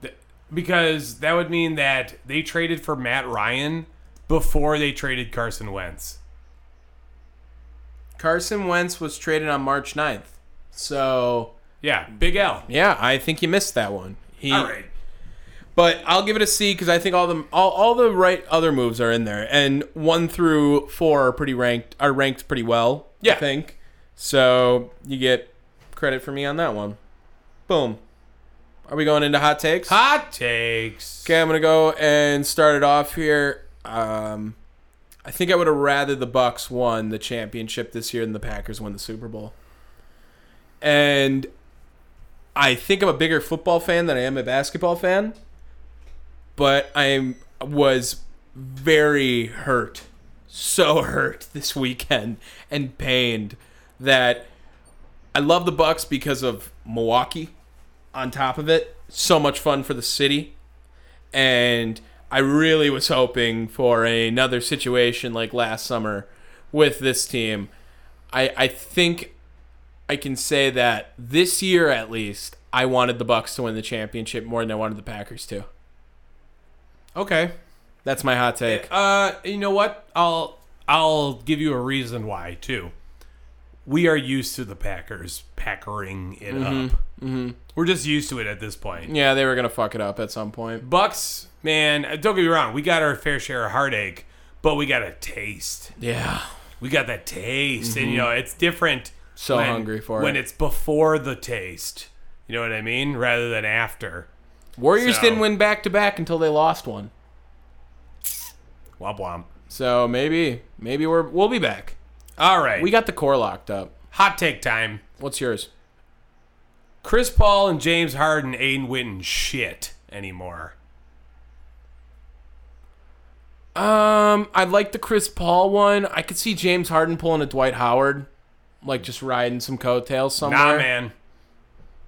S1: Th- Because that would mean that they traded for Matt Ryan before they traded Carson Wentz.
S2: Carson Wentz was traded on March 9th. So,
S1: Yeah, Big L.
S2: yeah, I think you missed that one. He,
S1: All right.
S2: But I'll give it a C because I think all the all, all the right other moves are in there, and one through four are pretty ranked are ranked pretty well. I
S1: Yeah.
S2: think so. You get credit for me on that one. Boom. Are we going into hot takes?
S1: Hot takes.
S2: Okay, I'm gonna go and start it off here. Um, I think I would have rather the Bucks won the championship this year than the Packers won the Super Bowl. And I think I'm a bigger football fan than I am a basketball fan. But I am was very hurt, so (laughs) hurt this weekend and pained that I love the Bucks because of Milwaukee. On top of it, so much fun for the city and I really was hoping for another situation like last summer with this team. I I think I can say that this year at least I wanted the Bucks to win the championship more than I wanted the Packers to.
S1: Okay.
S2: That's my hot take.
S1: Uh, you know what? I'll I'll give you a reason why too. We are used to the Packers packering it
S2: Mm-hmm.
S1: up. We're just used to it at this point.
S2: Yeah, they were gonna fuck it up at some point.
S1: Bucks, man, don't get me wrong. We got our fair share of heartache, but we got a taste.
S2: Yeah.
S1: We got that taste, and you know it's different.
S2: Mm-hmm. So hungry for
S1: when
S2: it.
S1: it's before the taste. You know what I mean, rather than after.
S2: Warriors
S1: So-
S2: didn't win back to back until they lost one.
S1: Womp womp.
S2: So maybe, maybe we're we'll be back.
S1: All right,
S2: We got the core locked up.
S1: hot take time.
S2: What's yours?
S1: Chris Paul and James Harden ain't winning shit anymore.
S2: Um, I like the Chris Paul one. I could see James Harden pulling a Dwight Howard, like just riding some coattails somewhere.
S1: Nah, man.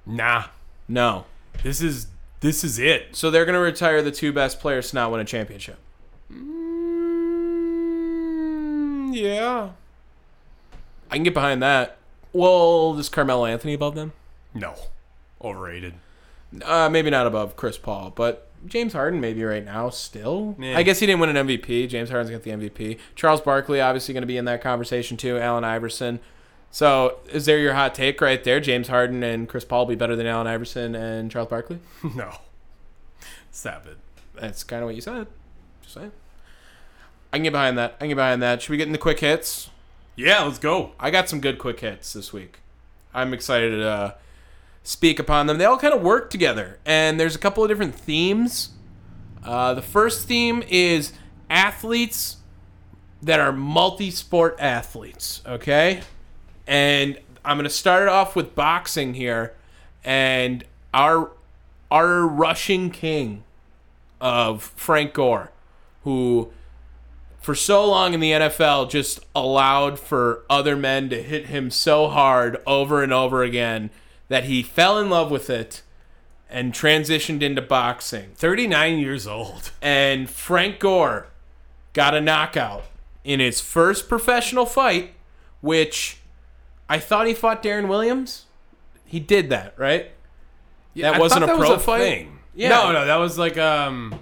S1: Nah.
S2: No.
S1: This is this is it.
S2: So they're gonna retire the two best players to not win a championship. Mm,
S1: yeah.
S2: I can get behind that. Well, is Carmelo Anthony above them?
S1: No. Overrated. (laughs)
S2: Uh, maybe not above Chris Paul, but James Harden maybe right now still.
S1: Yeah.
S2: I guess he didn't win an MVP. James Harden's got the MVP. Charles Barkley obviously going to be in that conversation too. Allen Iverson. So is there your hot take right there? James Harden and Chris Paul be better than Allen Iverson and Charles Barkley?
S1: no. Stop it.
S2: That's kind of what you said. Just saying. I can get behind that. I can get behind that. Should we get into quick hits?
S1: Yeah, let's go.
S2: I got some good quick hits this week. I'm excited to uh, speak upon them. They all kind of work together, and there's a couple of different themes. Uh, the first theme is athletes that are multi sport athletes, okay? And I'm going to start it off with boxing here, and our, our rushing king of Frank Gore, who for so long in the NFL just allowed for other men to hit him so hard over and over again that he fell in love with it and transitioned into boxing.
S1: 39 years old.
S2: And Frank Gore got a knockout in his first professional fight, which I thought he fought Darren Williams. He did that, right? that
S1: I
S2: wasn't
S1: thought
S2: a
S1: that was
S2: pro fight.
S1: thing.
S2: Yeah.
S1: No, no, that was like um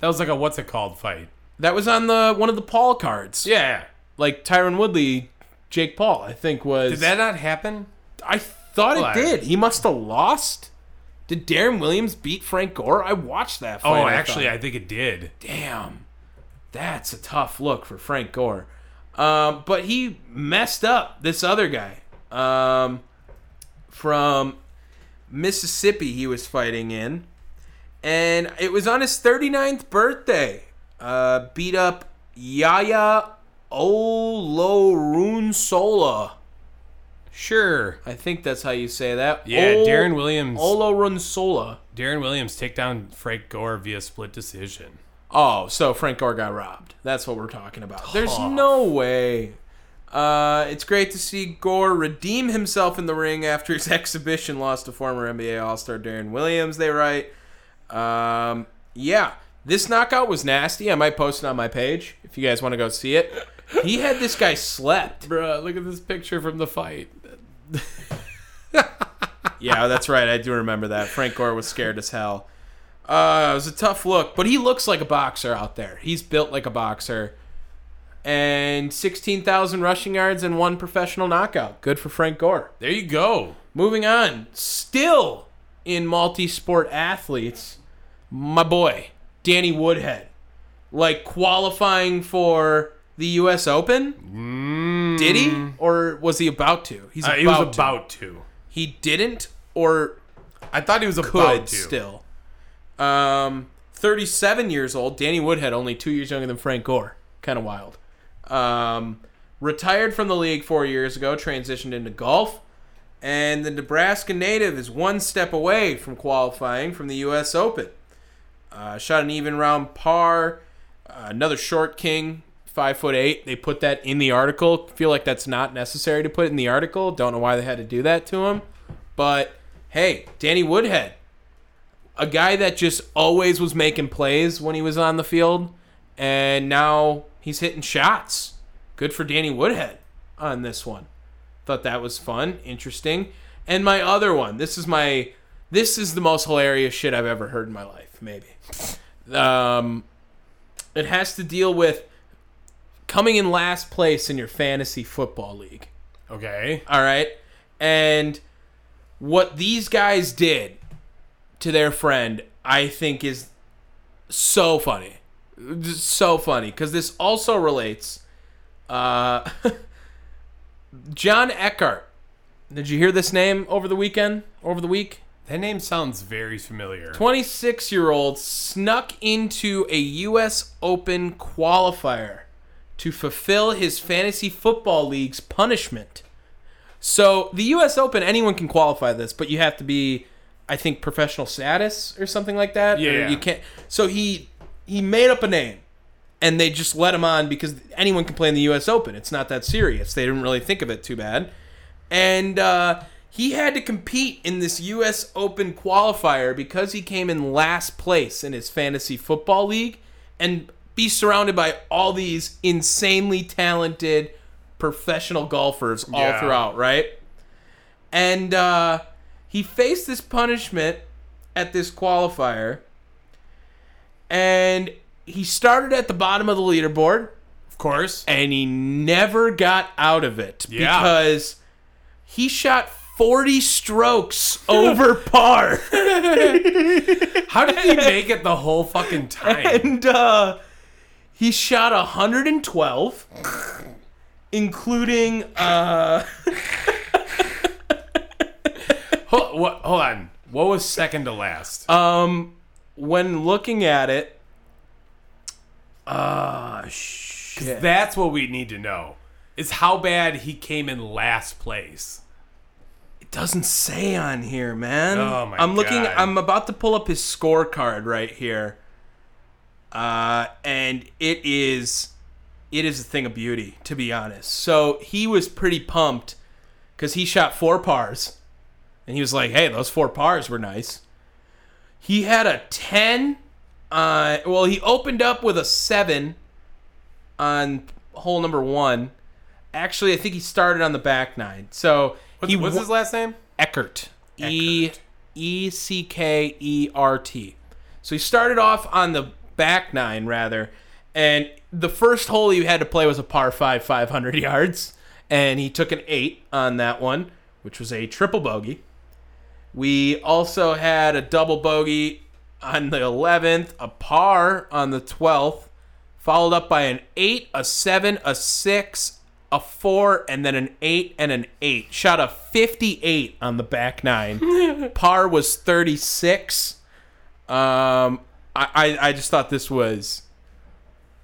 S1: that was like a what's it called fight.
S2: That was on the one of the Paul cards.
S1: Yeah.
S2: Like Tyron Woodley, Jake Paul, I think was
S1: Did that not happen?
S2: I thought
S1: Well, I-
S2: it did. He must have lost. Did Darren Williams beat Frank Gore? I watched that fight.
S1: oh,
S2: I
S1: actually
S2: thought.
S1: I think it did.
S2: damn, that's a tough look for Frank Gore. Um, but he messed up this other guy um, from Mississippi. He was fighting in, and it was on his 39th birthday. Uh, beat up Yaya Olorunsola.
S1: Sure.
S2: I think that's how you say that.
S1: Yeah,
S2: Ol-
S1: Darren Williams
S2: Olorunsola.
S1: Darren Williams take down Frank Gore via split decision.
S2: Oh, so Frank Gore got robbed. That's what we're talking about. There's no way. Uh, it's great to see Gore redeem himself in the ring after his (laughs) exhibition loss to former NBA All Star Darren Williams. They write. Um, yeah, this knockout was nasty. I might post it on my page if you guys want to go see it. He had this guy slept.
S1: Bruh, look at this picture from the fight.
S2: (laughs) Yeah, that's right. I do remember that. Frank Gore was scared as hell. Uh, it was a tough look, but he looks like a boxer out there. He's built like a boxer. And 16,000 rushing yards and one professional knockout. Good for Frank Gore.
S1: There you go.
S2: Moving on, still in multi sport athletes, my boy, Danny Woodhead. Like qualifying for the U.S. Open? Did he? Or was he about to? He's
S1: Mm. Uh,
S2: about
S1: he was
S2: to.
S1: about to.
S2: He didn't, or
S1: I thought he was about
S2: could
S1: to.
S2: still. Um, 37 years old. Danny Woodhead, only two years younger than Frank Gore. Kind of wild. Um, retired from the league four years ago, transitioned into golf. And the Nebraska native is one step away from qualifying from the U.S. Open. Uh, shot an even round par. Uh, another short king, five foot eight. They put that in the article. Feel like that's not necessary to put in the article. Don't know why they had to do that to him. But hey, Danny Woodhead, a guy that just always was making plays when he was on the field, and now he's hitting shots. Good for Danny Woodhead on this one. Thought that was fun, interesting. And my other one, this is my this is the most hilarious shit I've ever heard in my life, maybe. Um it has to deal with coming in last place in your fantasy football league.
S1: Okay.
S2: All right. And what these guys did to their friend, I think, is so funny. Just So funny. Because this also relates. Uh, (laughs) John Eckhart. Did you hear this name over the weekend? Over the week?
S1: That name sounds very familiar.
S2: 26 year old snuck into a U.S. Open qualifier to fulfill his fantasy football league's punishment. So, the U.S. Open, anyone can qualify this, but you have to be, I think, professional status or something like that. or
S1: Yeah.
S2: You can't. So, he he made up a name and they just let him on because anyone can play in the U.S. Open. It's not that serious. They didn't really think of it too bad. And uh, he had to compete in this U.S. Open qualifier because he came in last place in his fantasy football league and be surrounded by all these insanely talented professional golfers all
S1: Yeah.
S2: throughout, right? And uh, he faced this punishment at this qualifier and he started at the bottom of the leaderboard
S1: Of course.
S2: and he never got out of it
S1: Yeah.
S2: because he shot 40 strokes over par
S1: How did (laughs) he make it the whole fucking time?
S2: and uh, he shot 112 including uh,
S1: hold, what, hold on. What was second to last?
S2: um when looking at it uh shit
S1: That's what we need to know. Is how bad he came in last place.
S2: It doesn't say on here, man.
S1: Oh, my
S2: I'm looking
S1: God.
S2: I'm about to pull up his scorecard right here. Uh and it is it is a thing of beauty, to be honest. So he was pretty pumped cuz he shot four pars. And he was like, "Hey, those four pars were nice." He had a 10 uh well, he opened up with a 7 on hole number 1. Actually, I think he started on the back 9. So
S1: What's,
S2: he
S1: what's
S2: wa-
S1: his last name?
S2: Eckert. E E C K E R T. So he started off on the back nine rather, and the first hole he had to play was a par five, five hundred (laughs) yards, and he took an eight on that one, which was a triple bogey. We also had a double bogey on the eleventh, a par on the twelfth, followed up by an eight, a seven, a six, a four, and then an eight and an eight. Shot a 58 on the back
S1: (laughs)
S2: nine. Par was 36. Um, I, I, I just thought this was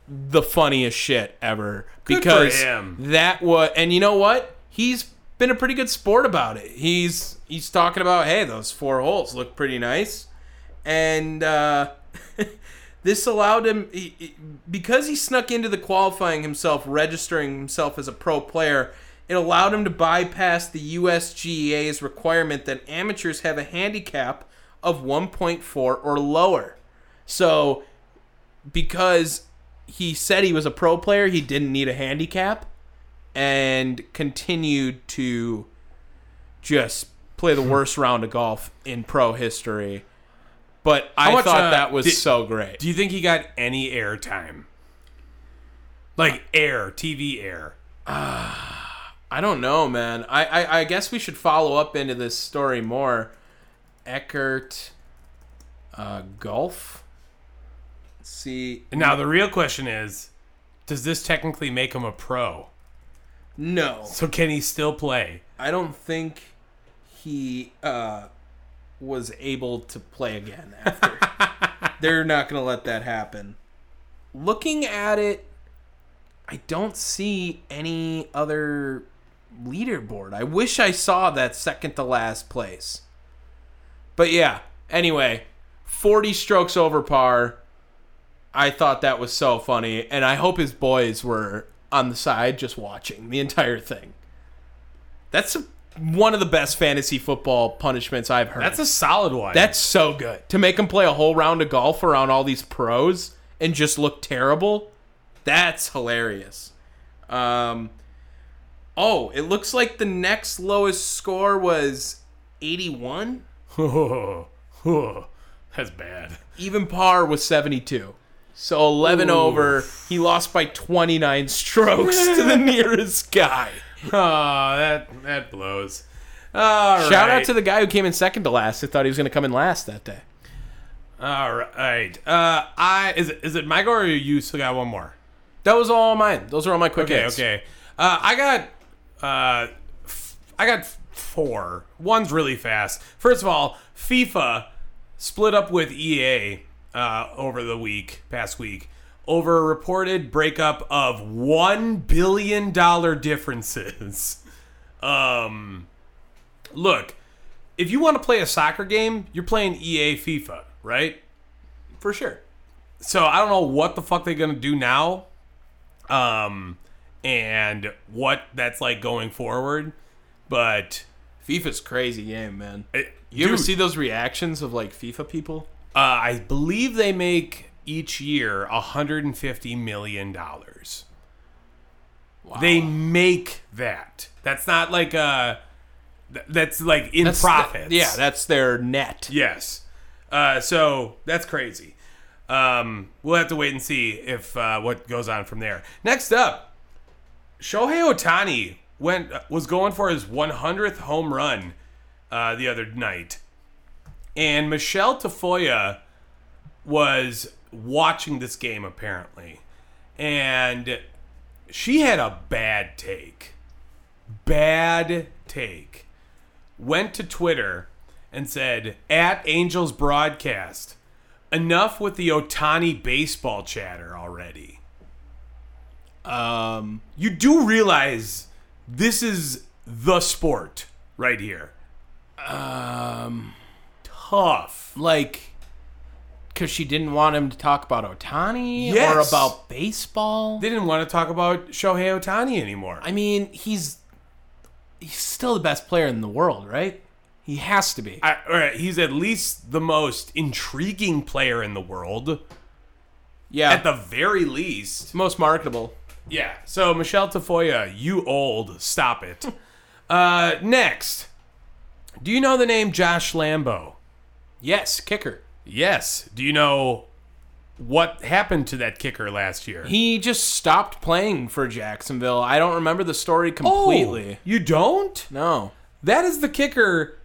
S2: the funniest shit ever
S1: for
S2: because
S1: him.
S2: that was, and you know what? He's been a pretty good sport about it. He's he's talking about hey, those four holes look pretty nice, and uh, (laughs) this allowed him he, he- because he snuck into the qualifying himself registering himself as a pro player it allowed him to bypass the usga's requirement that amateurs have a handicap of 1.4 or lower so because he said he was a pro player he didn't need a handicap and continued to just play the worst round of golf in pro history but I
S1: much,
S2: thought
S1: uh,
S2: that was
S1: did-
S2: so great.
S1: Do you think he got any air time? Like air, TV air.
S2: I don't know, man. I, I I guess we should follow up into this story more. Eckert, uh, golf. Let's see,
S1: And now the real question is, does this technically make him a pro?
S2: no,
S1: So can he still play?
S2: I don't think he uh, was able to play again. After they're not gonna let that happen. Looking at it, I don't see any other leaderboard. I wish I saw that second to last place. But yeah, anyway, 40 strokes over par. I thought that was so funny, and I hope his boys were on the side just watching the entire thing. That's a, one of the best fantasy football punishments I've heard.
S1: That's a solid one.
S2: That's so good. To make him play a whole round of golf around all these pros and just look terrible, that's hilarious. Um, oh, it looks like the next lowest score was 81.
S1: (laughs) that's bad.
S2: Even par was 72. So 11 over, he lost by 29 strokes to
S1: (laughs)
S2: the nearest guy.
S1: Oh, that that blows. All right.
S2: Shout out to the guy who came in second to last who thought he was going to come in last that day.
S1: All right. Uh, I is it, is it my go or you still got one more?
S2: That was all mine. Those are all my quick
S1: Okay.
S2: hits.
S1: Okay. Uh, I got uh, f- I got four. One's really fast. First of all, FIFA split up with EA uh, over the week, past week, over a reported breakup of one billion dollar differences. (laughs) um, look, if you want to play a soccer game, you're playing EA FIFA, right?
S2: For sure.
S1: So I don't know what the fuck they're gonna do now, um, and what that's like going forward. But
S2: FIFA's crazy game, man.
S1: it,
S2: you ever
S1: dude,
S2: see those reactions of like FIFA people?
S1: Uh, I believe they make each year 150 million dollars. They make that. That's not like uh, th- that's like in
S2: That's the-
S1: profits.
S2: yeah, that's their net.
S1: Yes. Uh, so that's crazy. Um, we'll have to wait and see if uh, what goes on from there. Next up, Shohei Otani went was going for his 100th home run uh, the other night, and Michelle Tafoya was watching this game apparently, and she had a bad take. Bad take went to Twitter and said, at Angels Broadcast, enough with the Otani baseball chatter already.
S2: Um,
S1: You do realize this is the sport right here.
S2: um,
S1: Tough.
S2: like, because she didn't want him to talk about Otani
S1: Yes.
S2: or about baseball.
S1: They didn't want to talk about Shohei Otani anymore.
S2: I mean, he's he's still the best player in the world, right? He has to be.
S1: I, all right, he's at least the most intriguing player in the world,
S2: yeah,
S1: at the very least.
S2: most marketable.
S1: Yeah. So Michelle Tafoya, you old, stop
S2: (laughs)
S1: it. uh, next, do you know the name Josh Lambo?
S2: Yes, kicker.
S1: Yes. Do you know what happened to that kicker last year?
S2: He just stopped playing for Jacksonville. I don't remember the story
S1: Oh.
S2: completely.
S1: you don't?
S2: No.
S1: That is the kicker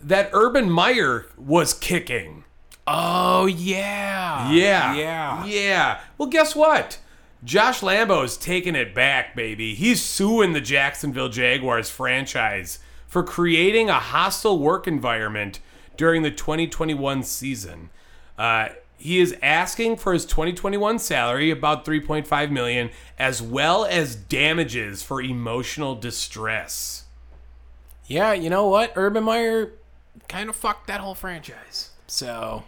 S1: that Urban Meyer was kicking.
S2: Oh yeah.
S1: Yeah.
S2: Yeah.
S1: Yeah. Well, guess what? Josh Lambo's taking it back, baby. He's suing the Jacksonville Jaguars franchise for creating a hostile work environment during the 2021 season. Uh, he is asking for his 2021 salary, about 3.5 million, as well as damages for emotional distress.
S2: Yeah, you know what? Urban Meyer kind of fucked that whole franchise. So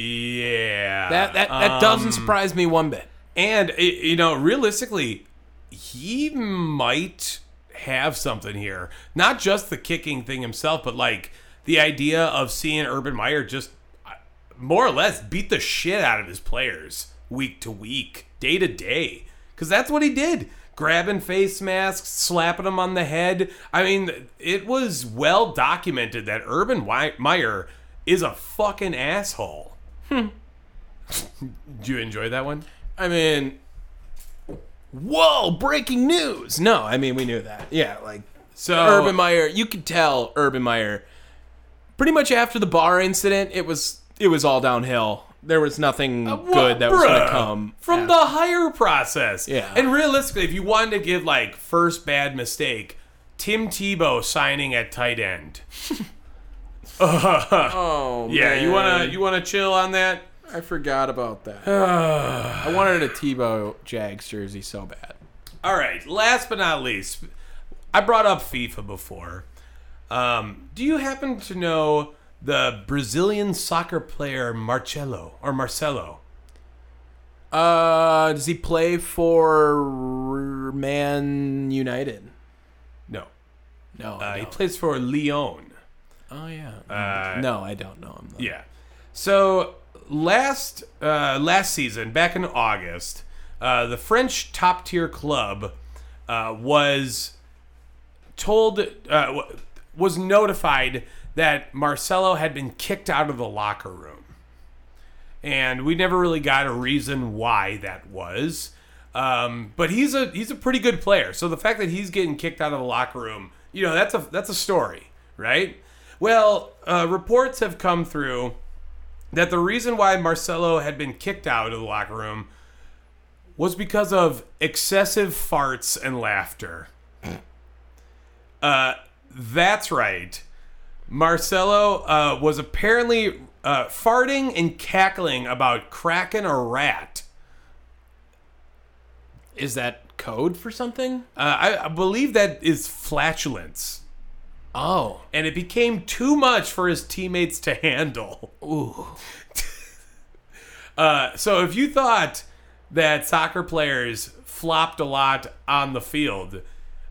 S1: Yeah.
S2: that that, that doesn't surprise me one bit.
S1: And i- you know, realistically, he might have something here. Not just the kicking thing himself, but like the idea of seeing Urban Meyer just uh, more or less beat the shit out of his players week to week, day to day, because that's what he did. Grabbing face masks, slapping them on the head. I mean, it was well documented that Urban Wy- Meyer is a fucking asshole. (laughs) Do you enjoy that one?
S2: I mean, whoa, breaking news. Oh. No, I mean, we knew that. Yeah, like
S1: So
S2: Urban Meyer, you could tell Urban Meyer pretty much after the bar incident, it was it was all downhill. There was nothing good that was going to
S1: Bruh,
S2: come
S1: from
S2: after-
S1: the hire process.
S2: Yeah.
S1: And realistically, if you wanted to give like first bad mistake, Tim Tebow signing at tight end. (laughs)
S2: Oh,
S1: Yeah, you wanna
S2: man.
S1: you wanna chill on that?
S2: I forgot about (sighs) that. I wanted a Tebow Jags jersey so bad.
S1: All right. Last but not least, I brought up FIFA before. Um, do you happen to know the Brazilian soccer player Marcelo or Marcelo?
S2: Uh, does he play for Man United?
S1: No,
S2: No.
S1: uh,
S2: I
S1: he Uh,
S2: don't.
S1: plays for Lyon.
S2: oh yeah. no, I don't know him. Though.
S1: Yeah. So last uh, last season, back in August, uh, the French top tier club uh, was told uh, w- was notified that Marcelo had been kicked out of the locker room, and we never really got a reason why that was. Um, but he's a he's a pretty good player. So the fact that he's getting kicked out of the locker room, you know, that's a that's a story, right? Well, uh, reports have come through that the reason why Marcelo had been kicked out of the locker room was because of excessive farts and laughter. (clears throat) Uh, that's right. Marcelo uh, was apparently uh, farting and cackling about cracking a rat.
S2: Is that code for something?
S1: Uh, I, I believe that is flatulence.
S2: Oh.
S1: and it became too much for his teammates to handle. Ooh. (laughs) uh, so if you thought that soccer players flopped a lot on the field,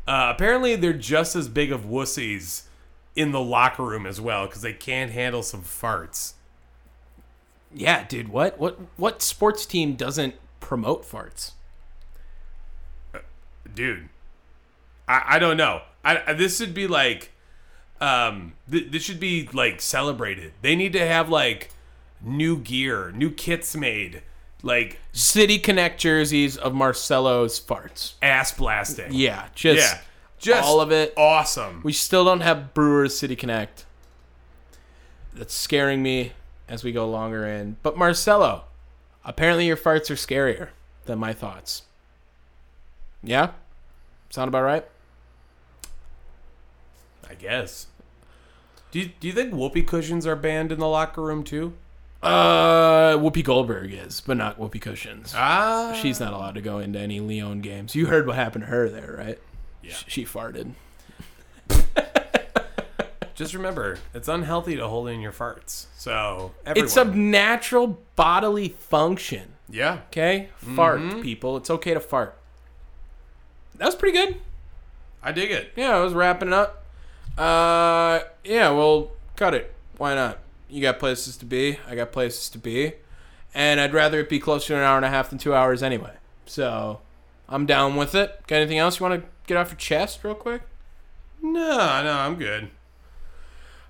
S1: uh, apparently they're just as big of wussies in the locker room as well because they can't handle some farts.
S2: Yeah, dude, what what what sports team doesn't promote farts?
S1: dude i, I don't know I, I- this should be like um th- this should be like celebrated they need to have like new gear new kits made like
S2: City Connect jerseys of Marcelo's farts.
S1: ass blasting
S2: Yeah, just
S1: yeah just
S2: all of it.
S1: awesome
S2: We still don't have Brewers City Connect. That's scaring me as we go longer in. But Marcelo, apparently your farts are scarier than my thoughts. Yeah? Sound about right?
S1: i guess do you, do you think whoopee cushions are banned in the locker room too
S2: Uh Whoopi Goldberg is, but not Whoopi Cushions.
S1: ah
S2: She's not allowed to go into any Leon games. You heard what happened to her there, right? Yeah. She farted.
S1: just remember it's unhealthy to hold in your farts so everyone,
S2: It's a natural bodily function.
S1: yeah
S2: Okay? Fart, people. It's okay to fart. That was pretty good.
S1: i dig it
S2: Yeah, I was wrapping it up. Uh, yeah, well, cut it. Why not? You got places to be. I got places to be, and I'd rather it be closer to an hour and a half than two hours anyway. So, I'm down with it. Got anything else you want to get off your chest, real quick?
S1: no no i'm good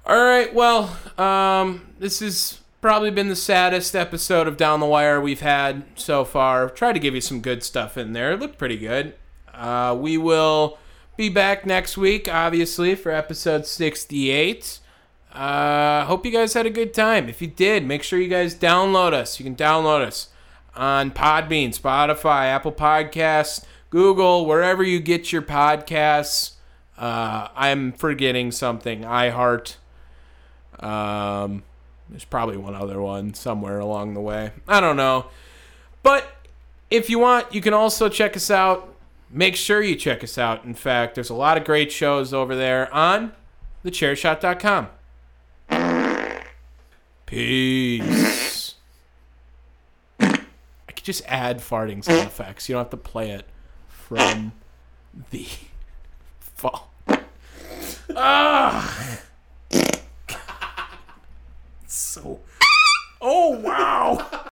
S2: All right. Well, um, this has probably been the saddest episode of Down the Wire we've had so far. Tried to give you some good stuff in there. It looked pretty good. Uh, we will be back next week, obviously, for episode 68. Uh, hope you guys had a good time. If you did, make sure you guys download us. You can download us on Podbean, Spotify, Apple Podcasts, Google, wherever you get your podcasts. Uh, I'm forgetting something. iHeart. Um, there's probably one other one somewhere along the way. I don't know. But if you want, you can also check us out. Make sure you check us out. In fact, there's a lot of great shows over there on thechairshot.com. Peace. I could just add farting sound effects. You don't have to play it from the (laughs) fall.
S1: so oh wow